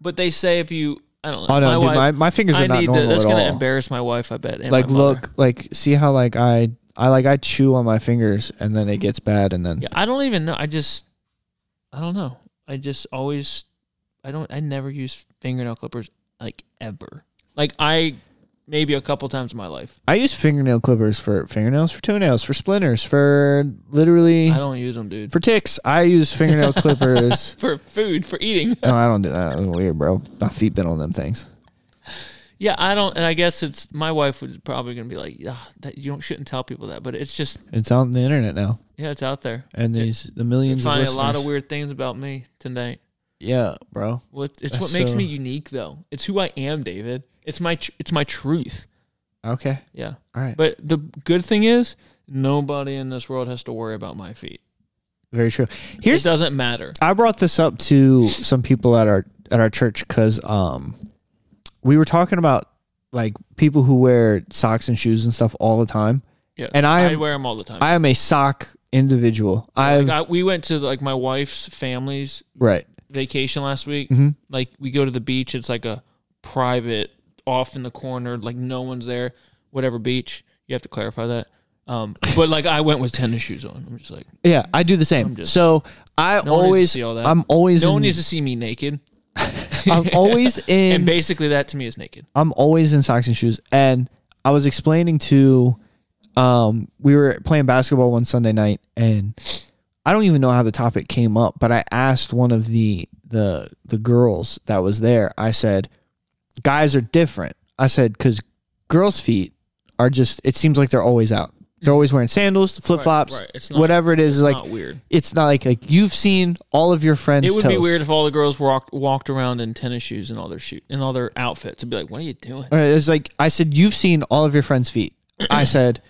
But they say if you, I don't know.
oh no,
my
dude,
wife,
my, my fingers
I
are not
need to,
normal
that's
at
gonna
all.
embarrass my wife. I bet. and
like
my mother.
look, like see how like I I like I chew on my fingers, and then it gets bad, and then
Yeah, I don't even know. I just, I don't know. I just always, I don't. I never use fingernail clippers like ever. Like I, maybe a couple times in my life.
I use fingernail clippers for fingernails, for toenails, for splinters, for literally
I don't use them, dude.
for ticks. I use fingernail clippers.
For food, for eating.
No, I don't do that. That's weird, bro. My feet been on them things.
Yeah, I don't, and I guess it's my wife was probably gonna be like, yeah, that you don't shouldn't tell people that, but it's just
It's on the internet now,
yeah, it's out there.
and these the millions of
Finding a lot of
listeners.
weird things about me tonight.
Yeah, bro.
What it's
That's
what makes me
so-
unique though. It's who I am, David. It's my tr- it's my truth.
Okay.
Yeah,
All right.
but the good thing is nobody in this world has to worry about my feet.
Very true. Here's
it doesn't matter.
I brought this up to some people at our at our church because um, we were talking about like people who wear socks and shoes and stuff all the time,
Yeah,
and I
I
am
wear them all the time.
I am a sock individual.
Like,
I
I- we went to like my wife's family's
right.
vacation last week.
Mm-hmm.
like we go to the beach it's like a private off in the corner like no one's there whatever beach you have to clarify that um but like i went with tennis shoes on i'm just like
Yeah, I do the same.
I'm just-
so I
no one needs
always
to see all that
I'm always
no one
in,
needs to see me naked
I'm always
and
in
basically that to me is naked
I'm always in socks and shoes. And I was explaining to, um, we were playing basketball one Sunday night, and I don't even know how the topic came up, but I asked one of the the the girls that was there. I said, "Guys are different." I said, "Cause girls' feet are just. It seems like they're always out. They're always wearing sandals, flip flops,
Mm. right. It's not-
whatever it is.
it's
like
not weird
it's not like like you've seen all of your friends.
it would be
toes.
weird if all the girls walked walked around in tennis shoes and all their shoe and all their outfits and be like what are you doing
All right, It's Uh, like I said, you've seen all of your friends' feet. I said.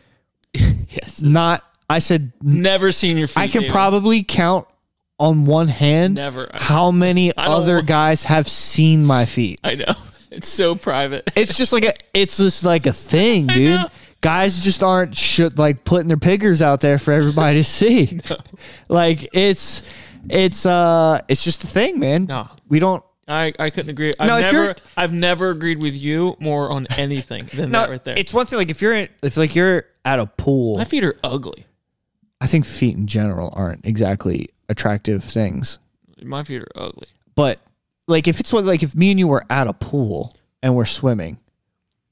yes
not I said
never seen your feet
I can
David.
probably count on one hand
never I,
how many
don't
other
want-
guys have seen my feet.
I know it's so private
It's just like a it's just like a thing, dude.
know.
Guys just aren't sh- like putting their pickers out there for everybody to see. Like it's it's uh it's just a thing, man.
No.
We don't
I, I couldn't agree. I've
No, if
never
you're-
I've never agreed with you more on anything than that right there.
It's one thing like if you're in, if like you're at a pool.
My feet are ugly.
I think feet in general aren't exactly attractive things.
My feet are ugly.
But like if it's what like if me and you were at a pool and we're swimming,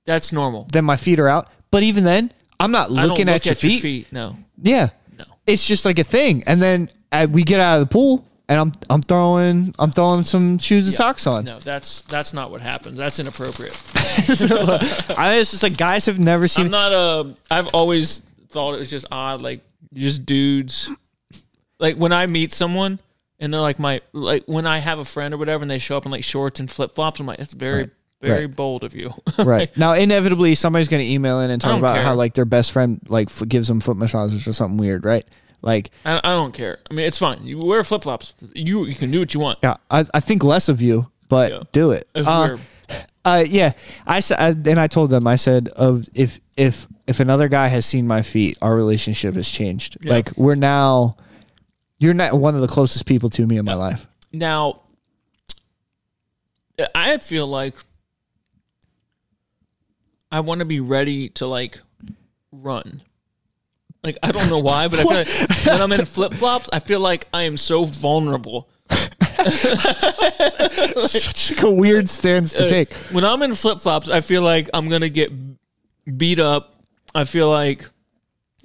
That's normal.
then my feet are out. But even then, I'm not
I don't
looking
look
at, your, feet.
No.
Yeah,
No.
it's just like a thing. And then uh, we get out of the pool, and I'm I'm throwing I'm throwing some shoes and socks on.
No, that's that's not what happens. That's inappropriate.
I it's just like guys have never seen.
I'm not a. I've always thought it was just odd, like just dudes. Like when I meet someone and they're like my like when I have a friend or whatever, and they show up in like shorts and flip flops, I'm like, that's very very bold of you.
right now inevitably somebody's going to email in
I
and talk
don't
about
care.
how like their best friend like f- gives them foot massages or something weird right like
I, I don't care. I mean, it's fine. You wear flip flops. You you can do what you want.
yeah i, I think less of you but
Yeah.
do it
It's
uh,
weird.
uh, yeah i s- I- and i told them i said of if if if another guy has seen my feet our relationship has changed
Yeah.
like we're now you're not one of the closest people to me in my life
Now, I feel like I want to be ready to like run. Like I don't know why, but I feel like when I'm in flip flops, I feel like I am so vulnerable.
such like a weird stance to take
When I'm in flip flops, I feel like I'm gonna get beat up. I feel like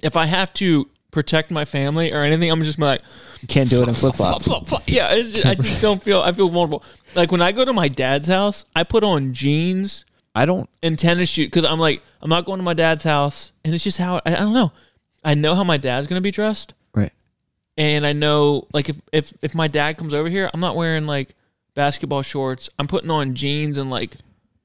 if I have to protect my family or anything, I'm just like
you can't do it in
flop,
flip-flops
flop, flop. Yeah, it's just, I just don't feel. I feel vulnerable. Like when I go to my dad's house, I put on jeans.
i don't
and tennis shoes because I'm like I'm not going to my dad's house, and it's just how I, I don't know. I know how my dad's gonna be dressed,
right
and I know like if if if my dad comes over here, I'm not wearing like basketball shorts. I'm putting on jeans and like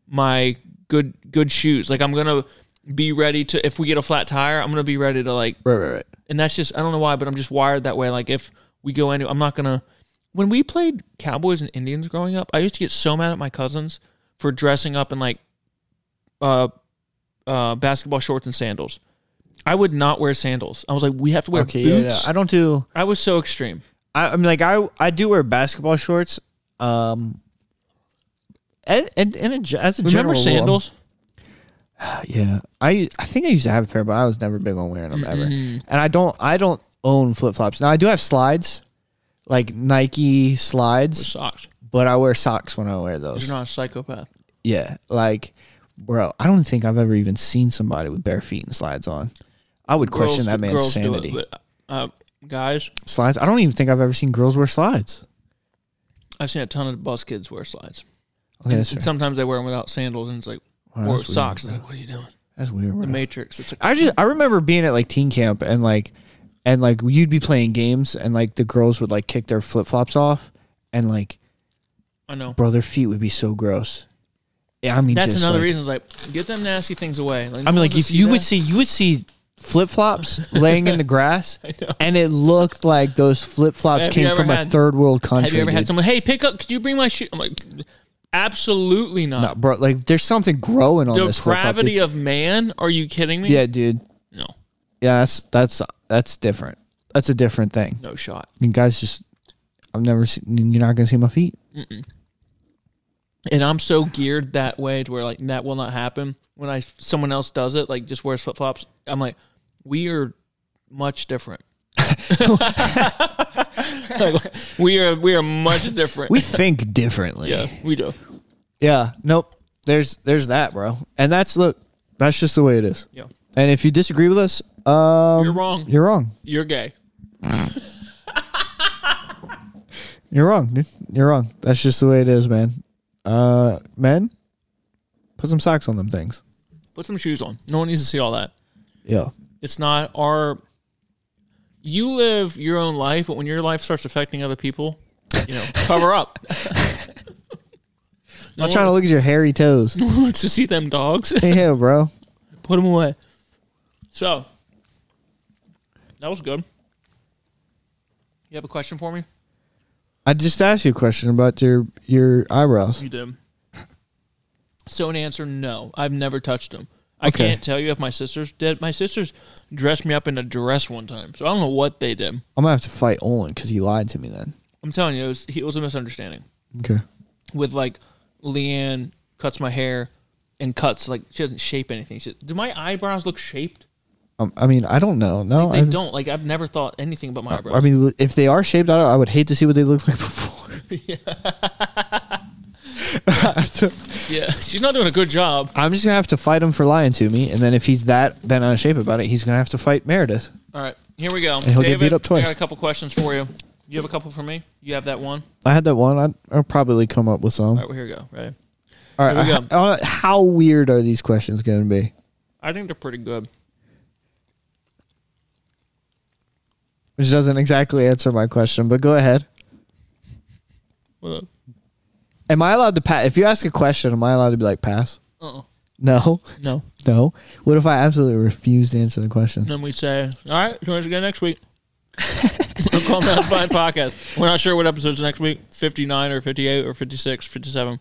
my good good shoes. Like I'm gonna be ready to if we get a flat tire, I'm gonna be ready to like.
right right right
And that's just I don't know why, but I'm just wired that way. Like if we go anywhere, I'm not gonna. When we played Cowboys and Indians growing up, I used to get so mad at my cousins for dressing up in like uh, uh, basketball shorts and sandals. I would not wear sandals. I was like, we have to wear
okay yeah, yeah
boots.
i don't do
I was so extreme.
I, I'm like I I do wear basketball shorts. Um, and and, and in, ge- as a
Remember
general rule,
sandals?
I'm- yeah, I I think I used to have a pair, but I was never big on wearing them ever. And I don't I don't own flip flops now. I do have slides, like Nike slides,
Socks.
but I wear socks when I wear those.
You're not a psychopath.
yeah, like bro, I don't think I've ever even seen somebody with bare feet and slides on. I would question
Girls-
that man's
girls do
sanity.
It, but, uh, guys,
slides? I don't even think I've ever seen girls wear slides.
I've seen a ton of bus kids wear slides.
Okay,
and,
that's,
and sometimes they wear them without sandals, and it's like,
Wow,
or
that's weird,
socks. It's like, what are you doing?
that's weird. bro.
The Matrix. It's like,
I just I remember being at like teen camp and like and like you'd be playing games and like the girls would like kick their flip flops off and like
I know.
bro their feet would be so gross. Yeah, I mean
That's
just,
another
like-
reason. It's like, get them nasty things away. Like,
I mean like
you
if you would see you would see flip flops laying in the grass
know.
and it looked like those flip flops
Have you
came
ever
from a
had-
third world country.
Have you ever had
dude.
someone? Hey, pick up. Could you bring my shoe? I'm like, absolutely not.
No, bro, like there's something growing on this flip flop.
depravity of man? Are you kidding me?
Yeah, dude.
No,
Yeah, that's that's that's different. That's a different thing.
no shot.
You guys just I've never seen you're not gonna see my feet.
And I'm so geared that way to where like that will not happen. When I someone else does it, like just wears flip flops, I'm like, we are much different. Like, we are we are much different.
We think differently.
yeah, we do.
Yeah. Nope. There's there's that, bro. And that's look, that's just the way it is.
Yeah,
And if you disagree with us, um
you're wrong.
You're wrong.
You're gay.
You're wrong, dude. You're wrong. That's just the way it is, man. Uh men, put some socks on them things.
Put some shoes on. No one needs to see all that.
Yeah.
It's not our. You live your own life, but when your life starts affecting other people, you know, cover up.
I'm not trying to look at your hairy toes.
Who wants to see them dogs?
yeah, bro.
Put them away. So, that was good. You have a question for me?
I just asked you a question about your your eyebrows.
You did. So, an answer no. I've never touched them. I
Okay.
can't tell you if my sisters did. My sisters dressed me up in a dress one time, so I don't know what they did.
I'm gonna have to fight Olin because he lied to me then.
I'm telling you, it was, it was a misunderstanding.
Okay.
with like Leanne cuts my hair and cuts like she doesn't shape anything. She, do my eyebrows look shaped?
Um, I mean, I don't know. No,
They
I've-
don't. Like I've never thought anything about my eyebrows.
Uh, I mean, if they are shaped, I, don't- I would hate to see what they look like before.
yeah, she's not doing a good job.
I'm just gonna have to fight him for lying to me, and then if he's that bent out of shape about it, he's gonna have to fight Meredith.
All right, here we go.
he'll get beat up
I
twice.
got a couple questions for you. You have a couple for me. You have that one.
I had that one. I'd, I'll probably come up with some.
All right, well, here we go. Ready?
All right.
Oh, here we
I- I- how weird are these questions gonna be?
I think they're pretty good.
Which doesn't exactly answer my question, but go ahead.
Well,
Am I allowed to pass? If you ask a question, am I allowed to be like pass?
Uh-uh.
No,
No.
no. What if I absolutely refuse to answer the question?
Then we say, all right, join us again next week. We'll call that fine podcast. We're not sure what episode's next week 59 or 58 or 56, 57.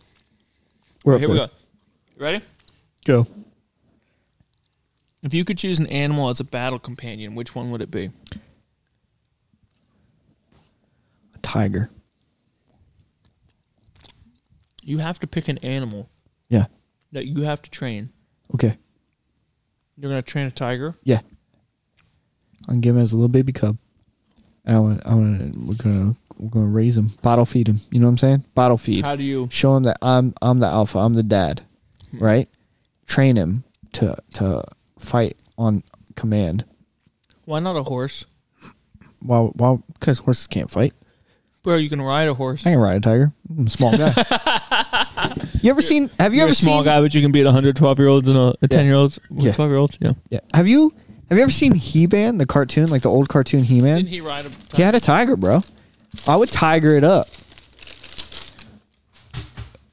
We're up
Here we
there.
go. You ready?
Go.
If you could choose an animal as a battle companion, which one would it be?
Tiger.
You have to pick an animal
Yeah.
that you have to train.
Okay.
You're going to train a tiger.
Yeah. I can give him as a little baby cub. And I want I want we're gonna we're gonna raise him, bottle feed him. You know what I'm saying? Bottle feed.
How do you?
Show him that I'm I'm the alpha, I'm the dad.
Hmm.
Right? Train him to to fight on command.
Why not a horse?
While while because horses can't fight.
Bro, you can ride a horse.
I can ride a tiger. I'm a small guy. you ever seen have you
You're
ever
a small
seen
guy, but you can beat 112 year olds and a, 10 year olds,
Yeah.
12 year olds. Yeah.
Yeah. Have you have you ever seen He Man, the cartoon, like the old cartoon He Man?
Didn't he ride a?
He had a tiger, bro. I would tiger it up.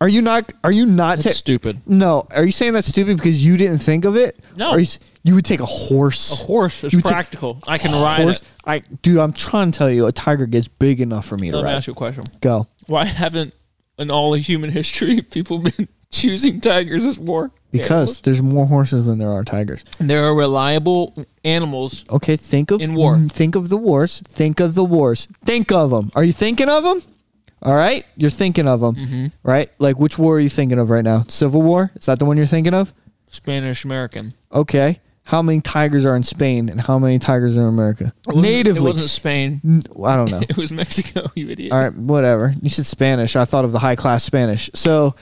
Are you not? Are you not?
That's
Ta-
stupid.
no. Are you saying that's stupid because you didn't think of it?
No.
Are you, s- you would take a horse.
A horse is
You take
practical. I can ride
horse?
it.
I, dude, I'm trying to tell you, a tiger gets big enough for me to
Let me
ride.
ask you a question.
Go
Why haven't in all of human history people been choosing tigers as war?
because there's more horses than there are tigers.
animals? there are reliable animals.
Okay, think of
In war.
mm, Think of the wars. Think of the wars. Think of them. Are you thinking of them? All right, you're thinking of them,
Mm-hmm.
right? Like which war are you thinking of right now? Civil War? Is that the one you're thinking of?
Spanish American.
Okay. How many tigers are in Spain and how many tigers are in America?
It
Natively.
wasn't Spain.
N- I don't know.
It was Mexico. You idiot.
All right, whatever. You said Spanish. I thought of the high class Spanish. So,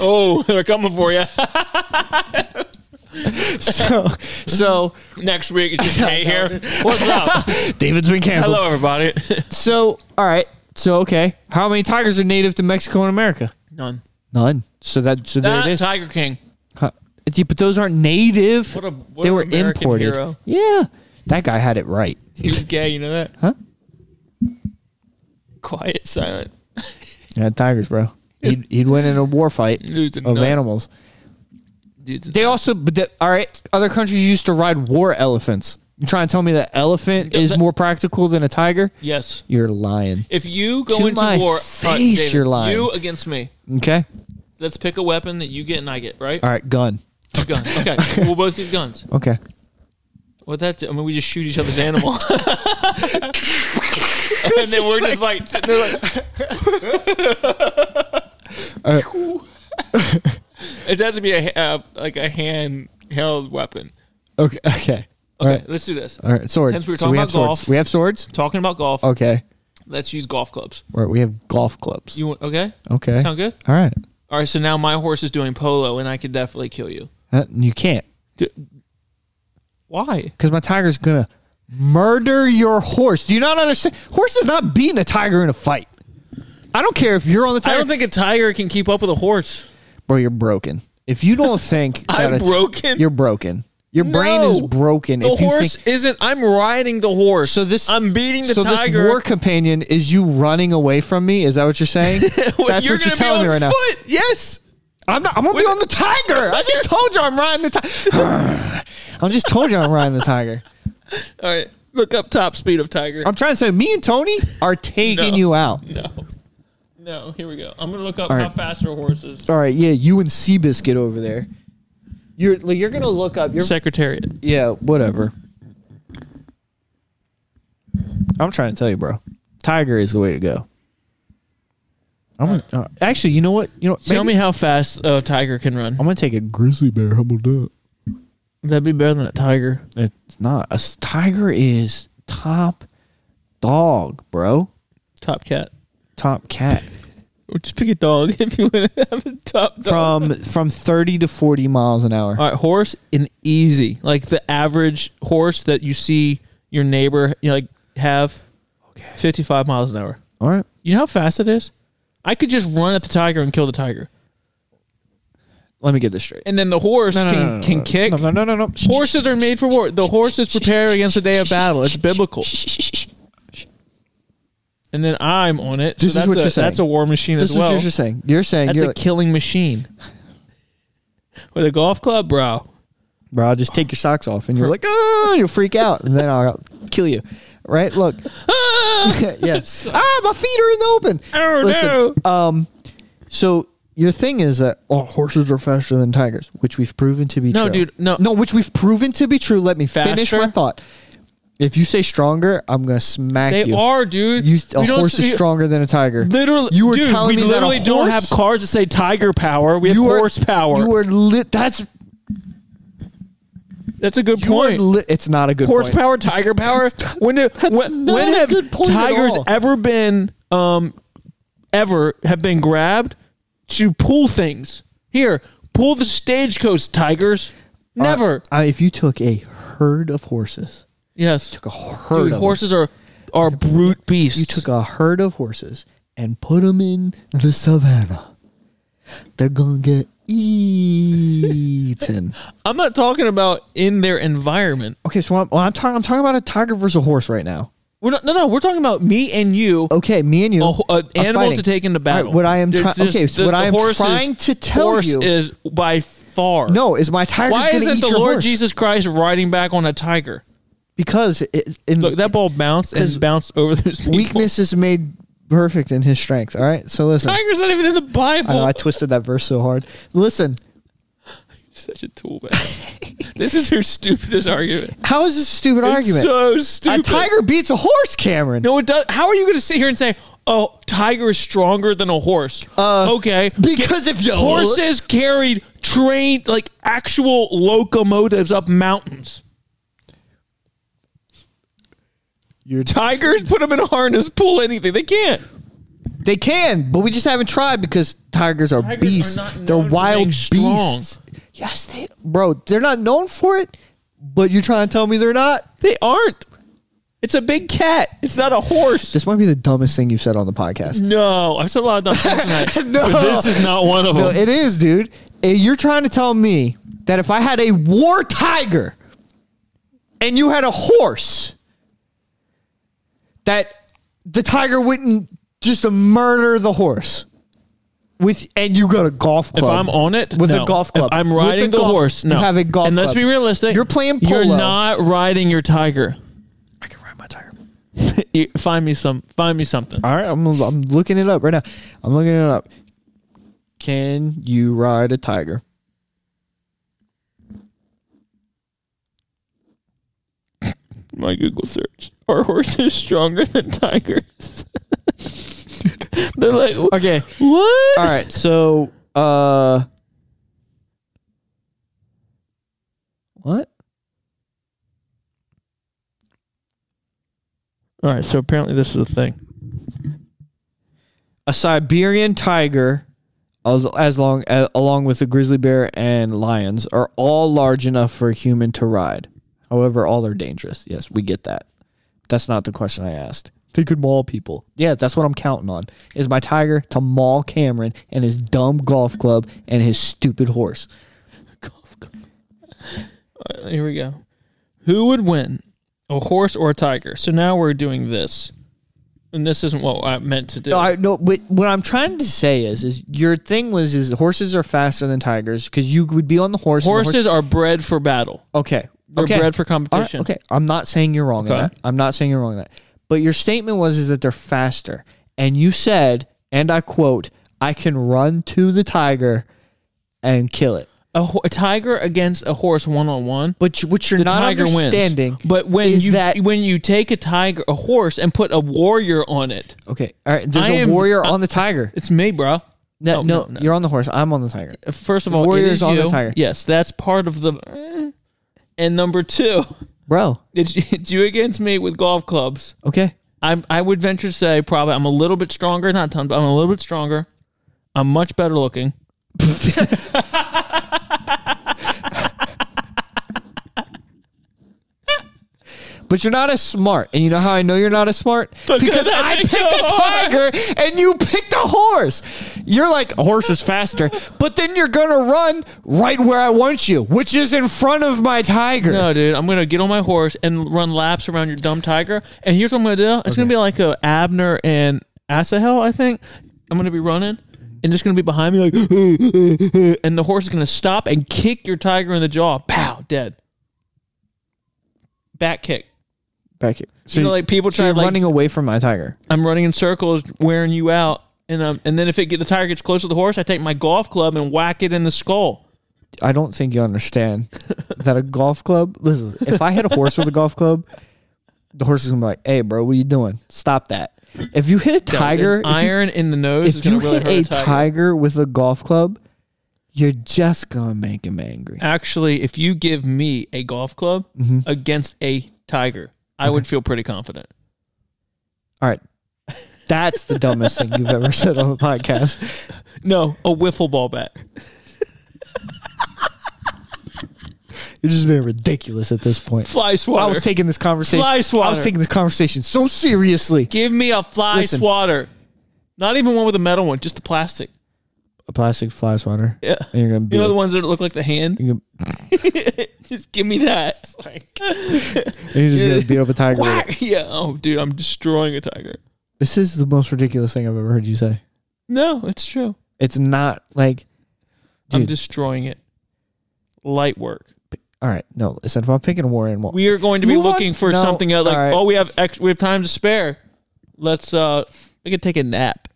Oh, they're coming for you.
so, so
Next week it's just me here. What's up?
David's been canceled.
Hello, everybody.
So, all right. So, okay. How many tigers are native to Mexico and America?
None.
None. So that so there
Ah,
it is.
Tiger King.
Huh. Yeah, But those aren't native.
What a what
they
an
were
American
imported.
Hero.
Yeah. That guy had it right.
He was gay. You know that?
Huh?
Quiet, silent.
Yeah, tigers, bro. He'd, he'd win in a war fight
Dude's a
of
nut.
animals.
Dude's a
They also, but they, all right, other countries used to ride war elephants. You trying to tell me that elephant
Yeah,
is
that-
more practical than a tiger?
Yes.
You're lying.
If you go
To
into
my
war,
face,
Alright, David,
you're lying.
You against me.
Okay.
Let's pick a weapon that you get and I get. Right?
All right, gun.
A gun. Okay. we'll both get guns.
Okay.
What that? do? I mean, we just shoot each other's animal. and then we're just like sitting there like. it has to be a ha- uh, like a handheld weapon.
Okay. Okay. All
Okay,
right.
let's do this.
All right. Sword.
Since we were
So
talking
we
about
have swords.
golf-
We have swords.
Talking about golf,
Okay.
let's use golf clubs.
All right. We have golf clubs.
You want, okay?
okay.
Sound good?
All right.
All right. So now my horse is doing polo, and I could definitely kill you.
Uh, you can't
D- Why?
because my tiger's gonna murder your horse. Do you not understand? Horse is not beating a tiger in a fight. I don't care if you're on
I
the tiger.
don't think a tiger can keep up with a horse.
bro, you're broken. If you don't think that
I'm
a ti-
broken.
You're broken. Your brain is
No.
broken.
The
if you
horse
think,
isn't. I'm riding the horse.
so this
I'm beating the
so
tiger.
this war companion is you running away from me. Is that what you're saying? That's
Well,
what you're
gonna be
telling me
on
right now.
foot. Yes.
I'm not. I'm gonna be on the tiger. I just told you I'm riding the tiger. I just told you I'm riding the tiger.
All right. Look up top speed of tiger.
I'm trying to say me and Tony are taking
No.
you out.
no. No. Here we go. I'm gonna look up
All
how
right.
fast are horses.
All right, yeah, you and Seabiscuit over there. You're like, you're gonna look up. You're
Secretariat.
yeah, whatever. I'm trying to tell you, bro. Tiger is the way to go. I'm gonna, uh, actually, you know what? You know,
Tell
maybe-
me how fast a tiger can run.
I'm gonna take a grizzly bear. How about that?
That'd be better than a tiger.
It's not a s- tiger is top dog, bro.
Top cat.
Top cat
Or just pick a dog if you want to have a top dog.
from from thirty to forty miles an hour.
All right, horse and easy. Like the average horse that you see your neighbor you know, like have
Okay.
55 miles an hour.
All right,
You know how fast it is? I could just run at the tiger and kill the tiger.
let me get this straight.
And then the horse
No, no,
can,
no, no, no,
can
no.
kick.
No, no, no, no, no.
Horses are made for war. The horse is prepared against the day of battle. It's biblical. And then I'm on it.
This is
that's
what
a,
you're saying.
That's a war machine
This
as
is what
well.
you're just saying. You're saying,
That's
you're
a
like,
killing machine. With a golf club, bro.
bro, I'll just take your socks off, and you're like, oh, you'll freak out, and then I'll kill you. Right? Look, yes. ah, my feet are in the open.
Oh,
Listen, um, so your thing is that oh, horses are faster than tigers, which we've proven to be
No,
true.
dude, no.
no, which we've proven to be true. Let me finish
Faster?
my thought. If you say stronger, I'm gonna smack
They
you.
are, dude.
You, a
We don't
horse
see-
is stronger than a tiger.
Literally,
You were
dude,
telling
we
me that a
literally don't
horse-
have cars that say tiger power. We have
You are-
horsepower.
You are lit. That's
That's a good
you are
point.
lit. It's not a good point.
horsepower, tiger power. When do, when,
not
when
a
have
good point at
tigers
all.
ever been um ever have been grabbed to pull things? Here, pull the stagecoach, tigers. Never.
Uh, if you took a herd of horses,
yes.
took a herd
Dude,
of
horses are are brute beasts.
You took a herd of horses and put them in the savannah. They're gonna get eaten.
I'm not talking about in their environment.
okay, so I'm, well, I'm talking. I'm talking about a tiger versus a horse right now.
We're not. No, no. We're talking about me and you.
Okay, me and you.
A ho- an
are
animal
fighting.
to take into
All right,
battle.
what I am
There's
trying.
just-
Okay, so
the-
what
the
I am
horse is-
trying to tell
horse
you.
is by far
no, is my tiger
Why
going to
isn't
eat
the
your
Lord
horse?
Jesus Christ riding back on a tiger?
Because it, in
Look, that ball bounced
'Cause
and bounced over those people.
weakness is made perfect in His strength. All right, so listen.
Tiger's not even in the Bible.
I know I twisted that verse so hard. Listen,
Such a tool bag. this is your stupidest argument.
how is this a stupid
It's
argument?
so
a
stupid.
tiger beats a horse, Cameron.
No, it does. How are you going to sit here and say, "Oh, tiger is stronger than a horse"?
Uh,
okay,
because if you
horses carried trained like actual locomotives up mountains.
You're
Tigers put them in a harness, pull anything. They can't.
they can, but we just haven't tried because tigers are
Tigers are
beasts.
not known
they're
to
wild
make strong.
beasts. Yes, they, bro. They're not known for it, but you're trying to tell me they're not.
They aren't. It's a big cat. It's not a horse.
This might be the dumbest thing you've said on the podcast.
No, I've said a lot of dumb things tonight.
No.
but this is not one of them.
No, it is, dude. Eh, You're trying to tell me that if I had a war tiger and you had a horse, that the tiger wouldn't just murder the horse with, and you got a golf
if
club.
I'm on it
with
no.
a golf
If
club,
I'm
With a
riding the
golf-
horse. No,
you have a golf.
And let's
club.
be realistic.
You're playing
You're
polo.
not riding your tiger.
I can ride my tiger.
You- Find me some. Find me something.
All right, I'm I'm looking it up right now. I'm looking it up. Can you ride a tiger?
My Google search: Are horses stronger than tigers? They're like "Wh-
Okay.
what?
All right, so uh What?
All right. So apparently this is a thing.
A Siberian tiger as, as long as, along with a grizzly bear and lions are all large enough for a human to ride. However, all are dangerous. Yes, we get that. That's not the question I asked. They could maul people. Yeah, that's what I'm counting on. Is my tiger to maul Cameron and his dumb golf club and his stupid horse.
Golf club. All right, here we go. Who would win, a horse or a tiger? So now we're doing this, and this isn't what I meant to do.
No, I, no, but what I'm trying to say is, is your thing was is horses are faster than tigers because you would be on the horse. and the horse-
Horses are bred for battle.
okay,
They're
okay,
bred for
All right,
competition.
okay. I'm not saying you're wrong in
Okay.
that. I'm not saying you're wrong in that. But your statement was is that they're faster, and you said, and I quote, "I can run to the tiger and kill it."
a, ho- a tiger against a horse one on one.
But you, what you're
The
not
tiger
understanding,
wins. But when
is
you
that
when you take a tiger, a horse, and put a warrior on it,
okay? All right, there's
I
a
am-
warrior
I-
on the tiger.
it's me, bro.
No, no,
no, no.
you're on the horse. I'm on the tiger.
First of all, it
warrior's
is
on the
you.
tiger.
Yes, that's part of the. eh. And number two,
Bro,
it's, it's you against me with golf clubs.
okay.
I'm, I would venture to say probably I'm a little bit stronger, not a ton, but I'm a little bit stronger. I'm much better looking.
But you're not as smart. And you know how I know you're not as smart? Because,
I
I
picked
picked
a
a tiger and you picked a horse. You're like, a horse is faster. But then you're going to run right where I want you, which is in front of my tiger.
No, dude, I'm gonna get on my horse and run laps around your dumb tiger. And here's what I'm gonna do. It's gonna be like a Abner and Asahel, I think. I'm gonna be running, and just gonna be behind me like, and the horse is gonna stop and kick your tiger in the jaw. Pow, dead. Back kick.
Back here. So
You know,
you-
like people
so
try
you're
to like
running away from my tiger.
I'm running in circles, wearing you out, and um, and then if it get, the tire gets close to the horse, I take my golf club and whack it in the skull.
I don't think you understand that a golf club. Listen, if I hit a horse with a golf club, the horse is gonna be like, "Hey, bro, what are you doing? Stop that!" If you hit a tiger,
An
if you-
iron in the nose is
if you,
going to really
hit
hurt
a
a
tiger.
tiger.
with a golf club, you're just gonna make him angry.
Actually, if you give me a golf club
Mm-hmm.
against a tiger, I would feel pretty confident.
All right, that's the dumbest thing you've ever said on the podcast.
No, a wiffle ball bat.
You're just being ridiculous at this point.
Fly
I
swatter.
was taking this conversation.
Fly
I
swatter.
was taking this conversation so seriously.
give me a fly
Listen.
swatter. Not even one with a metal one, just a plastic.
A plastic fly swatter.
Yeah.
And you're gonna be.
You know the ones that look like the hand?
you're gonna-
just give me that.
you're just gonna beat up a tiger. with it.
Whack. Yeah. Oh, dude, I'm destroying a tiger.
This is the most ridiculous thing I've ever heard you say.
No, it's true.
It's not like,
I'm
Dude.
destroying it. Light work.
all right, no, listen, if I'm picking a war animal,
We are going to be
Move on.
looking for
No,
something else. Like,
all right.
oh, we have ex- we have time to spare. Let's uh, we could take a nap.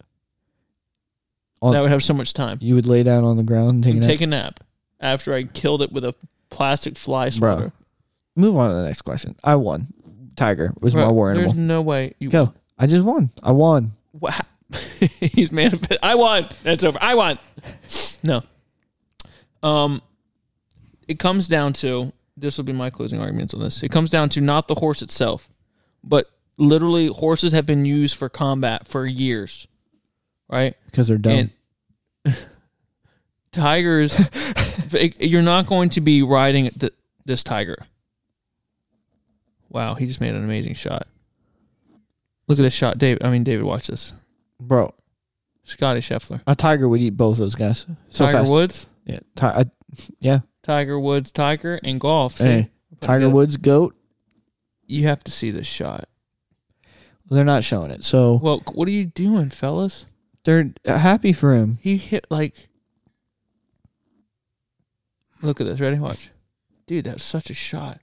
On-
that would have so much time.
you would lay down on the ground and take a
Take, a
nap.
nap after I killed it with a plastic fly
Bro,
swatter.
Move on to the next question. I won. Tiger was
Bro,
my war animal.
There's no way you
Go. I just won. I won.
Wow. He's manifest. I won. That's over. I won. No. Um, it comes down to this will be my closing arguments on this. It comes down to not the horse itself, but literally horses have been used for combat for years, right?
Because they're dumb.
And tigers, you're not going to be riding th- this tiger. Wow, he just made an amazing shot. Look at this shot, Dave. I mean, David, watch this.
Bro,
Scotty Scheffler.
a tiger would eat both those guys. So
Tiger
fast.
Woods,
Yeah. Ti- I, yeah.
Tiger Woods, Tiger, and golf. See?
Hey, Tiger
good.
Woods, goat.
You have to see this shot.
They're not showing it. So
Well, what are you doing, fellas?
they're happy for him.
He hit like. Look at this. Ready? Watch. Dude, that's such a shot.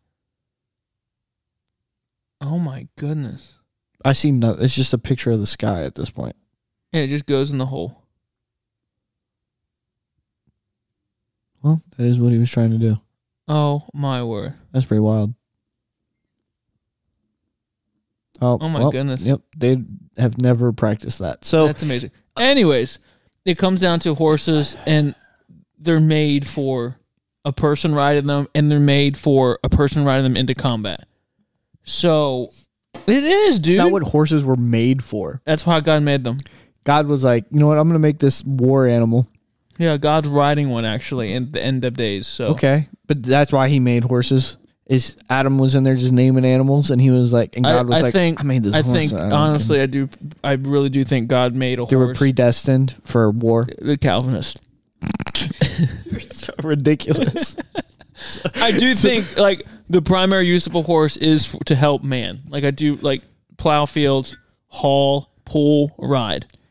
Oh my goodness.
I see nothing. It's just a picture of the sky at this point.
And it just goes in the hole.
Well, that is what he was trying to do.
Oh my word.
That's pretty wild. Oh,
Oh my
well,
goodness.
Yep, they have never practiced that. So
That's amazing. Anyways, it comes down to horses, and they're made for a person riding them, and they're made for a person riding them into combat. So it is, dude.
it's not what horses were made for.
That's how God made them.
God was like, you know what? I'm going to make this war animal.
Yeah, God's riding one actually in the end of days. So
Okay, but that's why he made horses. Is Adam was in there just naming animals, and he was like, and
I,
God was
I
like,
think
I made this.
I
horse.
think
don't
honestly,
care."
I do. I really do think God made a
they were
horse.
predestined for war.
the Calvinist.
Ridiculous.
I do think like the primary use of a horse is f- to help man. Like I do like plow fields, haul, pull, ride.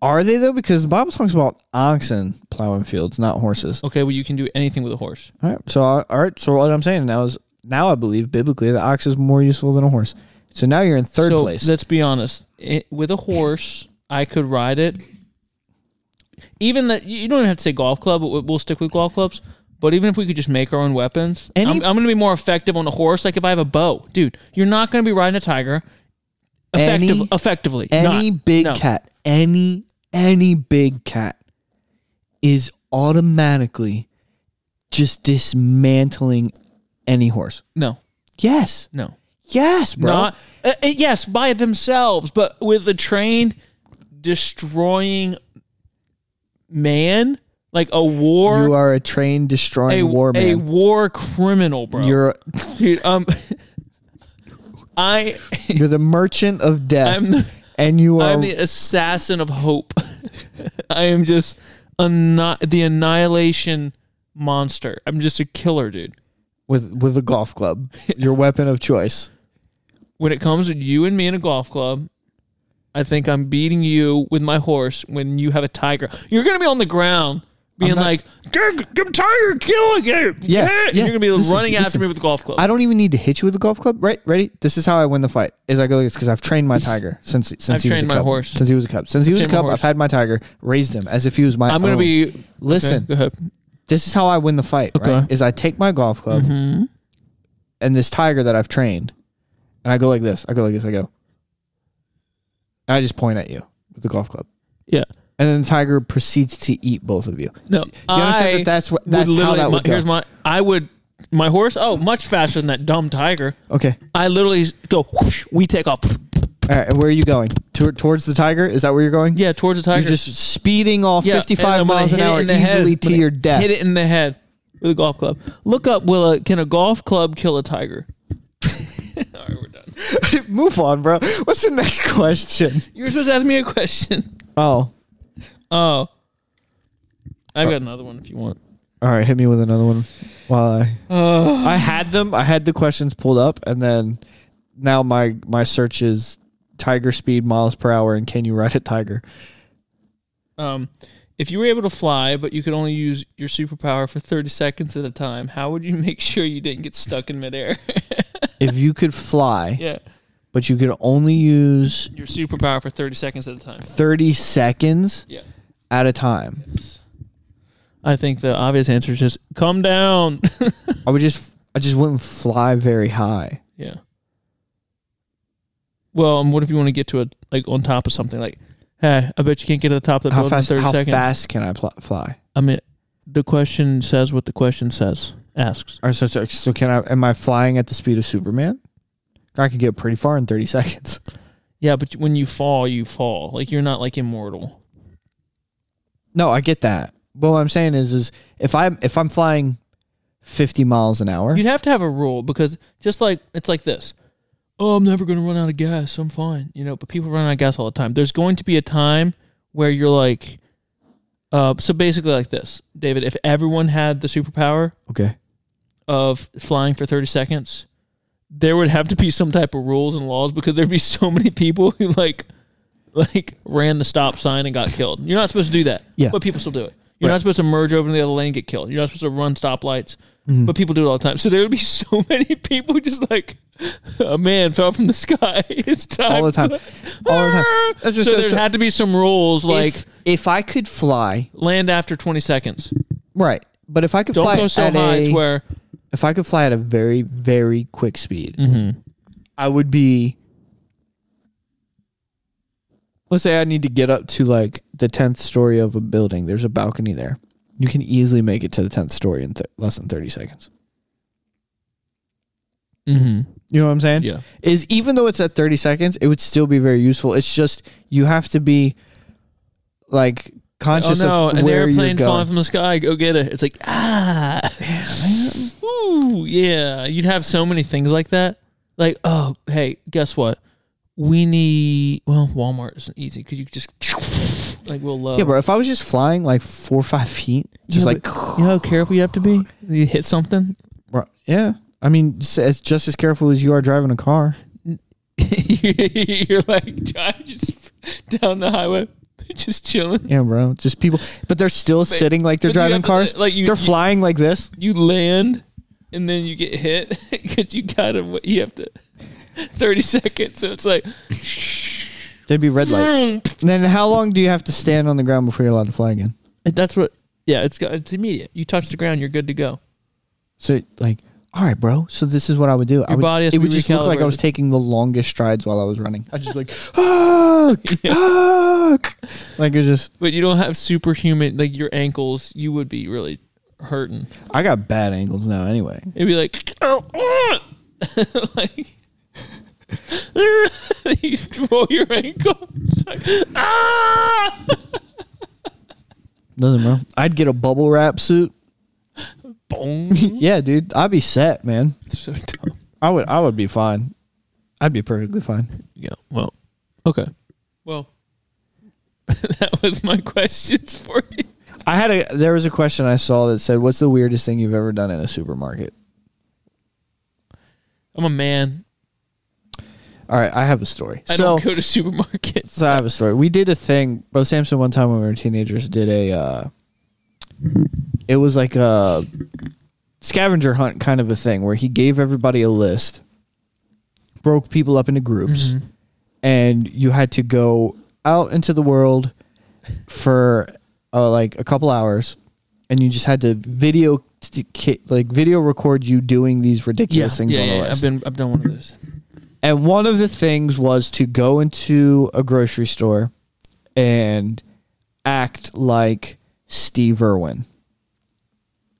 Are they though? Because the Bible talks about oxen plowing fields, not horses.
Okay, well you can do anything with a horse.
All right. So all right. So what I'm saying now is now I believe biblically the ox is more useful than a horse. So now you're in third
so
place.
let's be honest. It, with a horse, I could ride it. Even that you you don't even have to say golf club, but we- we'll stick with golf clubs. But even if we could just make our own weapons,
Any-
I'm, I'm going to be more effective on a horse. Like if I have a bow, dude, you're not going to be riding a tiger. Effective,
Any-
effectively,
Any
Not-
big
no.
cat, any any big cat is automatically just dismantling any horse.
No,
Yes.
no,
Yes, bro.
not uh, uh, yes by themselves, but with a trained destroying man, like a war,
you are a train destroying
a
war
a
man.
war criminal, bro.
you're
dude. Um, I
you're the merchant of death.
I'm the-
and you are
I'm the assassin of hope. I am just anni- the annihilation monster. I'm just a killer, dude.
with with a golf club. Your weapon of choice.
When it comes to you and me in a golf club, I think I'm beating you with my horse when you have a tiger. You're going to be on the ground being like, get, get tiger killing it.
Yeah,
And
yeah.
You're going to be
Listen,
running after
listen.
me with a golf club.
I don't even need to hit you with a golf club. Right? Ready? This is how I win the fight. Is I go like this because I've trained my tiger since since
I've
he was a
trained my
cub.
horse.
Since he was a cub. Since he was a
trained my
cub,
horse.
I've had my tiger, raised him as if he was my.
I'm going
own.
to be.
oh. Listen,
Okay, go ahead.
this is how I win the fight. Right?
Okay. Mm-hmm.
Is I take my golf club and this tiger that I've trained, and I go like this. I go like this. I go. And I just point at you with the golf club,
Yeah.
and then the tiger proceeds to eat both of you.
No,
Do you understand
I
that that's what- that's how
literally-
that
my-
would go?
Here's my. I would my horse. Oh, much faster than that dumb tiger.
Okay.
I literally go. whoosh, we take off.
All right. And where are you going? Tor- towards the tiger? Is that where you're going?
Yeah, towards the tiger.
You're just speeding off
yeah,
55
and I'm gonna
miles an
hit it
hour
in the head.
easily
I'm
to
gonna
your death.
Hit it in the head with a golf club. Look up. Will a, can a golf club kill a tiger? All right, we're done.
Move on, bro. What's the next question?
You were supposed to ask me a question.
Oh.
Oh, I've got another one if you want.
All right, hit me with another one. While I, I had them, I had the questions pulled up, and then now my my search is tiger speed, miles per hour, and can you ride a tiger?
Um, if you were able to fly, but you could only use your superpower for 30 seconds at a time, how would you make sure you didn't get stuck in midair?
if you could fly,
yeah.
but you could only use
Your superpower for 30 seconds at a time.
30 seconds
Yeah.
at a time,
I think the obvious answer is just come down.
I would just I just wouldn't fly very high.
yeah. Well, and what if you want to get to a like on top of something? Like, hey, I bet you can't get to the top of the
How
building
fast?
in 30
How
seconds.
fast can I pl- fly?
I mean, the question says what the question says, asks.
Or so, so, so can I? Am I flying at the speed of Superman? I could get pretty far in thirty seconds.
Yeah, but when you fall, you fall. Like, you're not like immortal.
No, I get that. But what I'm saying is, is if I'm if I'm flying fifty miles an hour,
You'd have to have a rule because just like it's like this. Oh, I'm never going to run out of gas. I'm fine. You know, but people run out of gas all the time. There's going to be a time where you're like uh so basically like this. David, if everyone had the superpower
okay,
of flying for 30 seconds, there would have to be some type of rules and laws because there'd be so many people who like like ran the stop sign and got killed. You're not supposed to do that.
Yeah.
But people still do it. You're
Right.
not supposed to merge over to the other lane and get killed. You're not supposed to run stoplights.
Mm.
But people do it all the time. So there would be so many people just like a man fell from the sky. It's time.
all the time, all the time. That's
So,
just-
there
so-
had to be some rules like
if, if I could fly,
land after 20 seconds.
right? But if I could
Don't
fly
go so
at
high
a,
it's where
if I could fly at a very very quick speed, Mm-hmm. I would be. Let's say I need to get up to like the tenth story of a building. There's a balcony there. You can easily make it to the tenth story in th- less than thirty seconds.
mm-hmm.
You know what I'm saying?
Yeah.
Is even though it's at 30 seconds, it would still be very useful. It's just you have to be like
Oh
conscious
no,
of
an
where
airplane
you're going.
falling from the sky, go get it. It's like ah Ooh, yeah. You'd have so many things like that. Like, oh, hey, guess what? We need well, Walmart is easy because you could just like we'll love
yeah, bro. If I was just flying like four or five feet, just
Yeah,
like
You know how careful you have to be? You hit something?
bro, yeah. I mean, just as just as careful as you are driving a car.
You're like trying just down the highway, just chilling.
Yeah, bro. Just people, but they're still sitting like
but
they're
you
driving
have to-
cars.
like, you-
they're
you-
flying like this.
You land and then you get hit because you gotta, you have to, 30 seconds. So it's like,
There'd be red lights. And then how long do you have to stand on the ground before you're allowed to fly again?
that's what Yeah, it's got- it's immediate. You touch the ground, you're good to go.
So like, all right, bro. So this is what I would do. I
Your
would,
body has
it
to
would
be
just look like I
recalibrated.
was taking the longest strides while I was running. I just be like, ah, ah, like it's just.
But you don't have superhuman like your ankles. You would be really hurting.
I got bad angles now. Anyway,
It'd be like, "Ow, ah!" like you roll your ankle. It's like, ah!
doesn't bro. I'd get a bubble wrap suit.
Boom.
Yeah, dude. I'd be set, man.
so dumb.
I would. I would be fine. I'd be perfectly fine.
Yeah. Well. Okay. Well. that was my questions for you.
I had a. There was a question I saw that said, "What's the weirdest thing you've ever done in a supermarket?"
I'm a man.
All right, I have a story.
I
so,
don't go to supermarkets.
So I have a story. We did a thing. Brother Samson one time when we were teenagers did a. Uh, it was like a scavenger hunt kind of a thing where he gave everybody a list, broke people up into groups,
Mhm.
and you had to go out into the world for uh, like a couple hours, and you just had to video t- ki- like video record you doing these
Yeah.
ridiculous things
yeah,
on the
yeah,
list.
I've been. I've done one of those.
And one of the things was to go into a grocery store and act like Steve Irwin.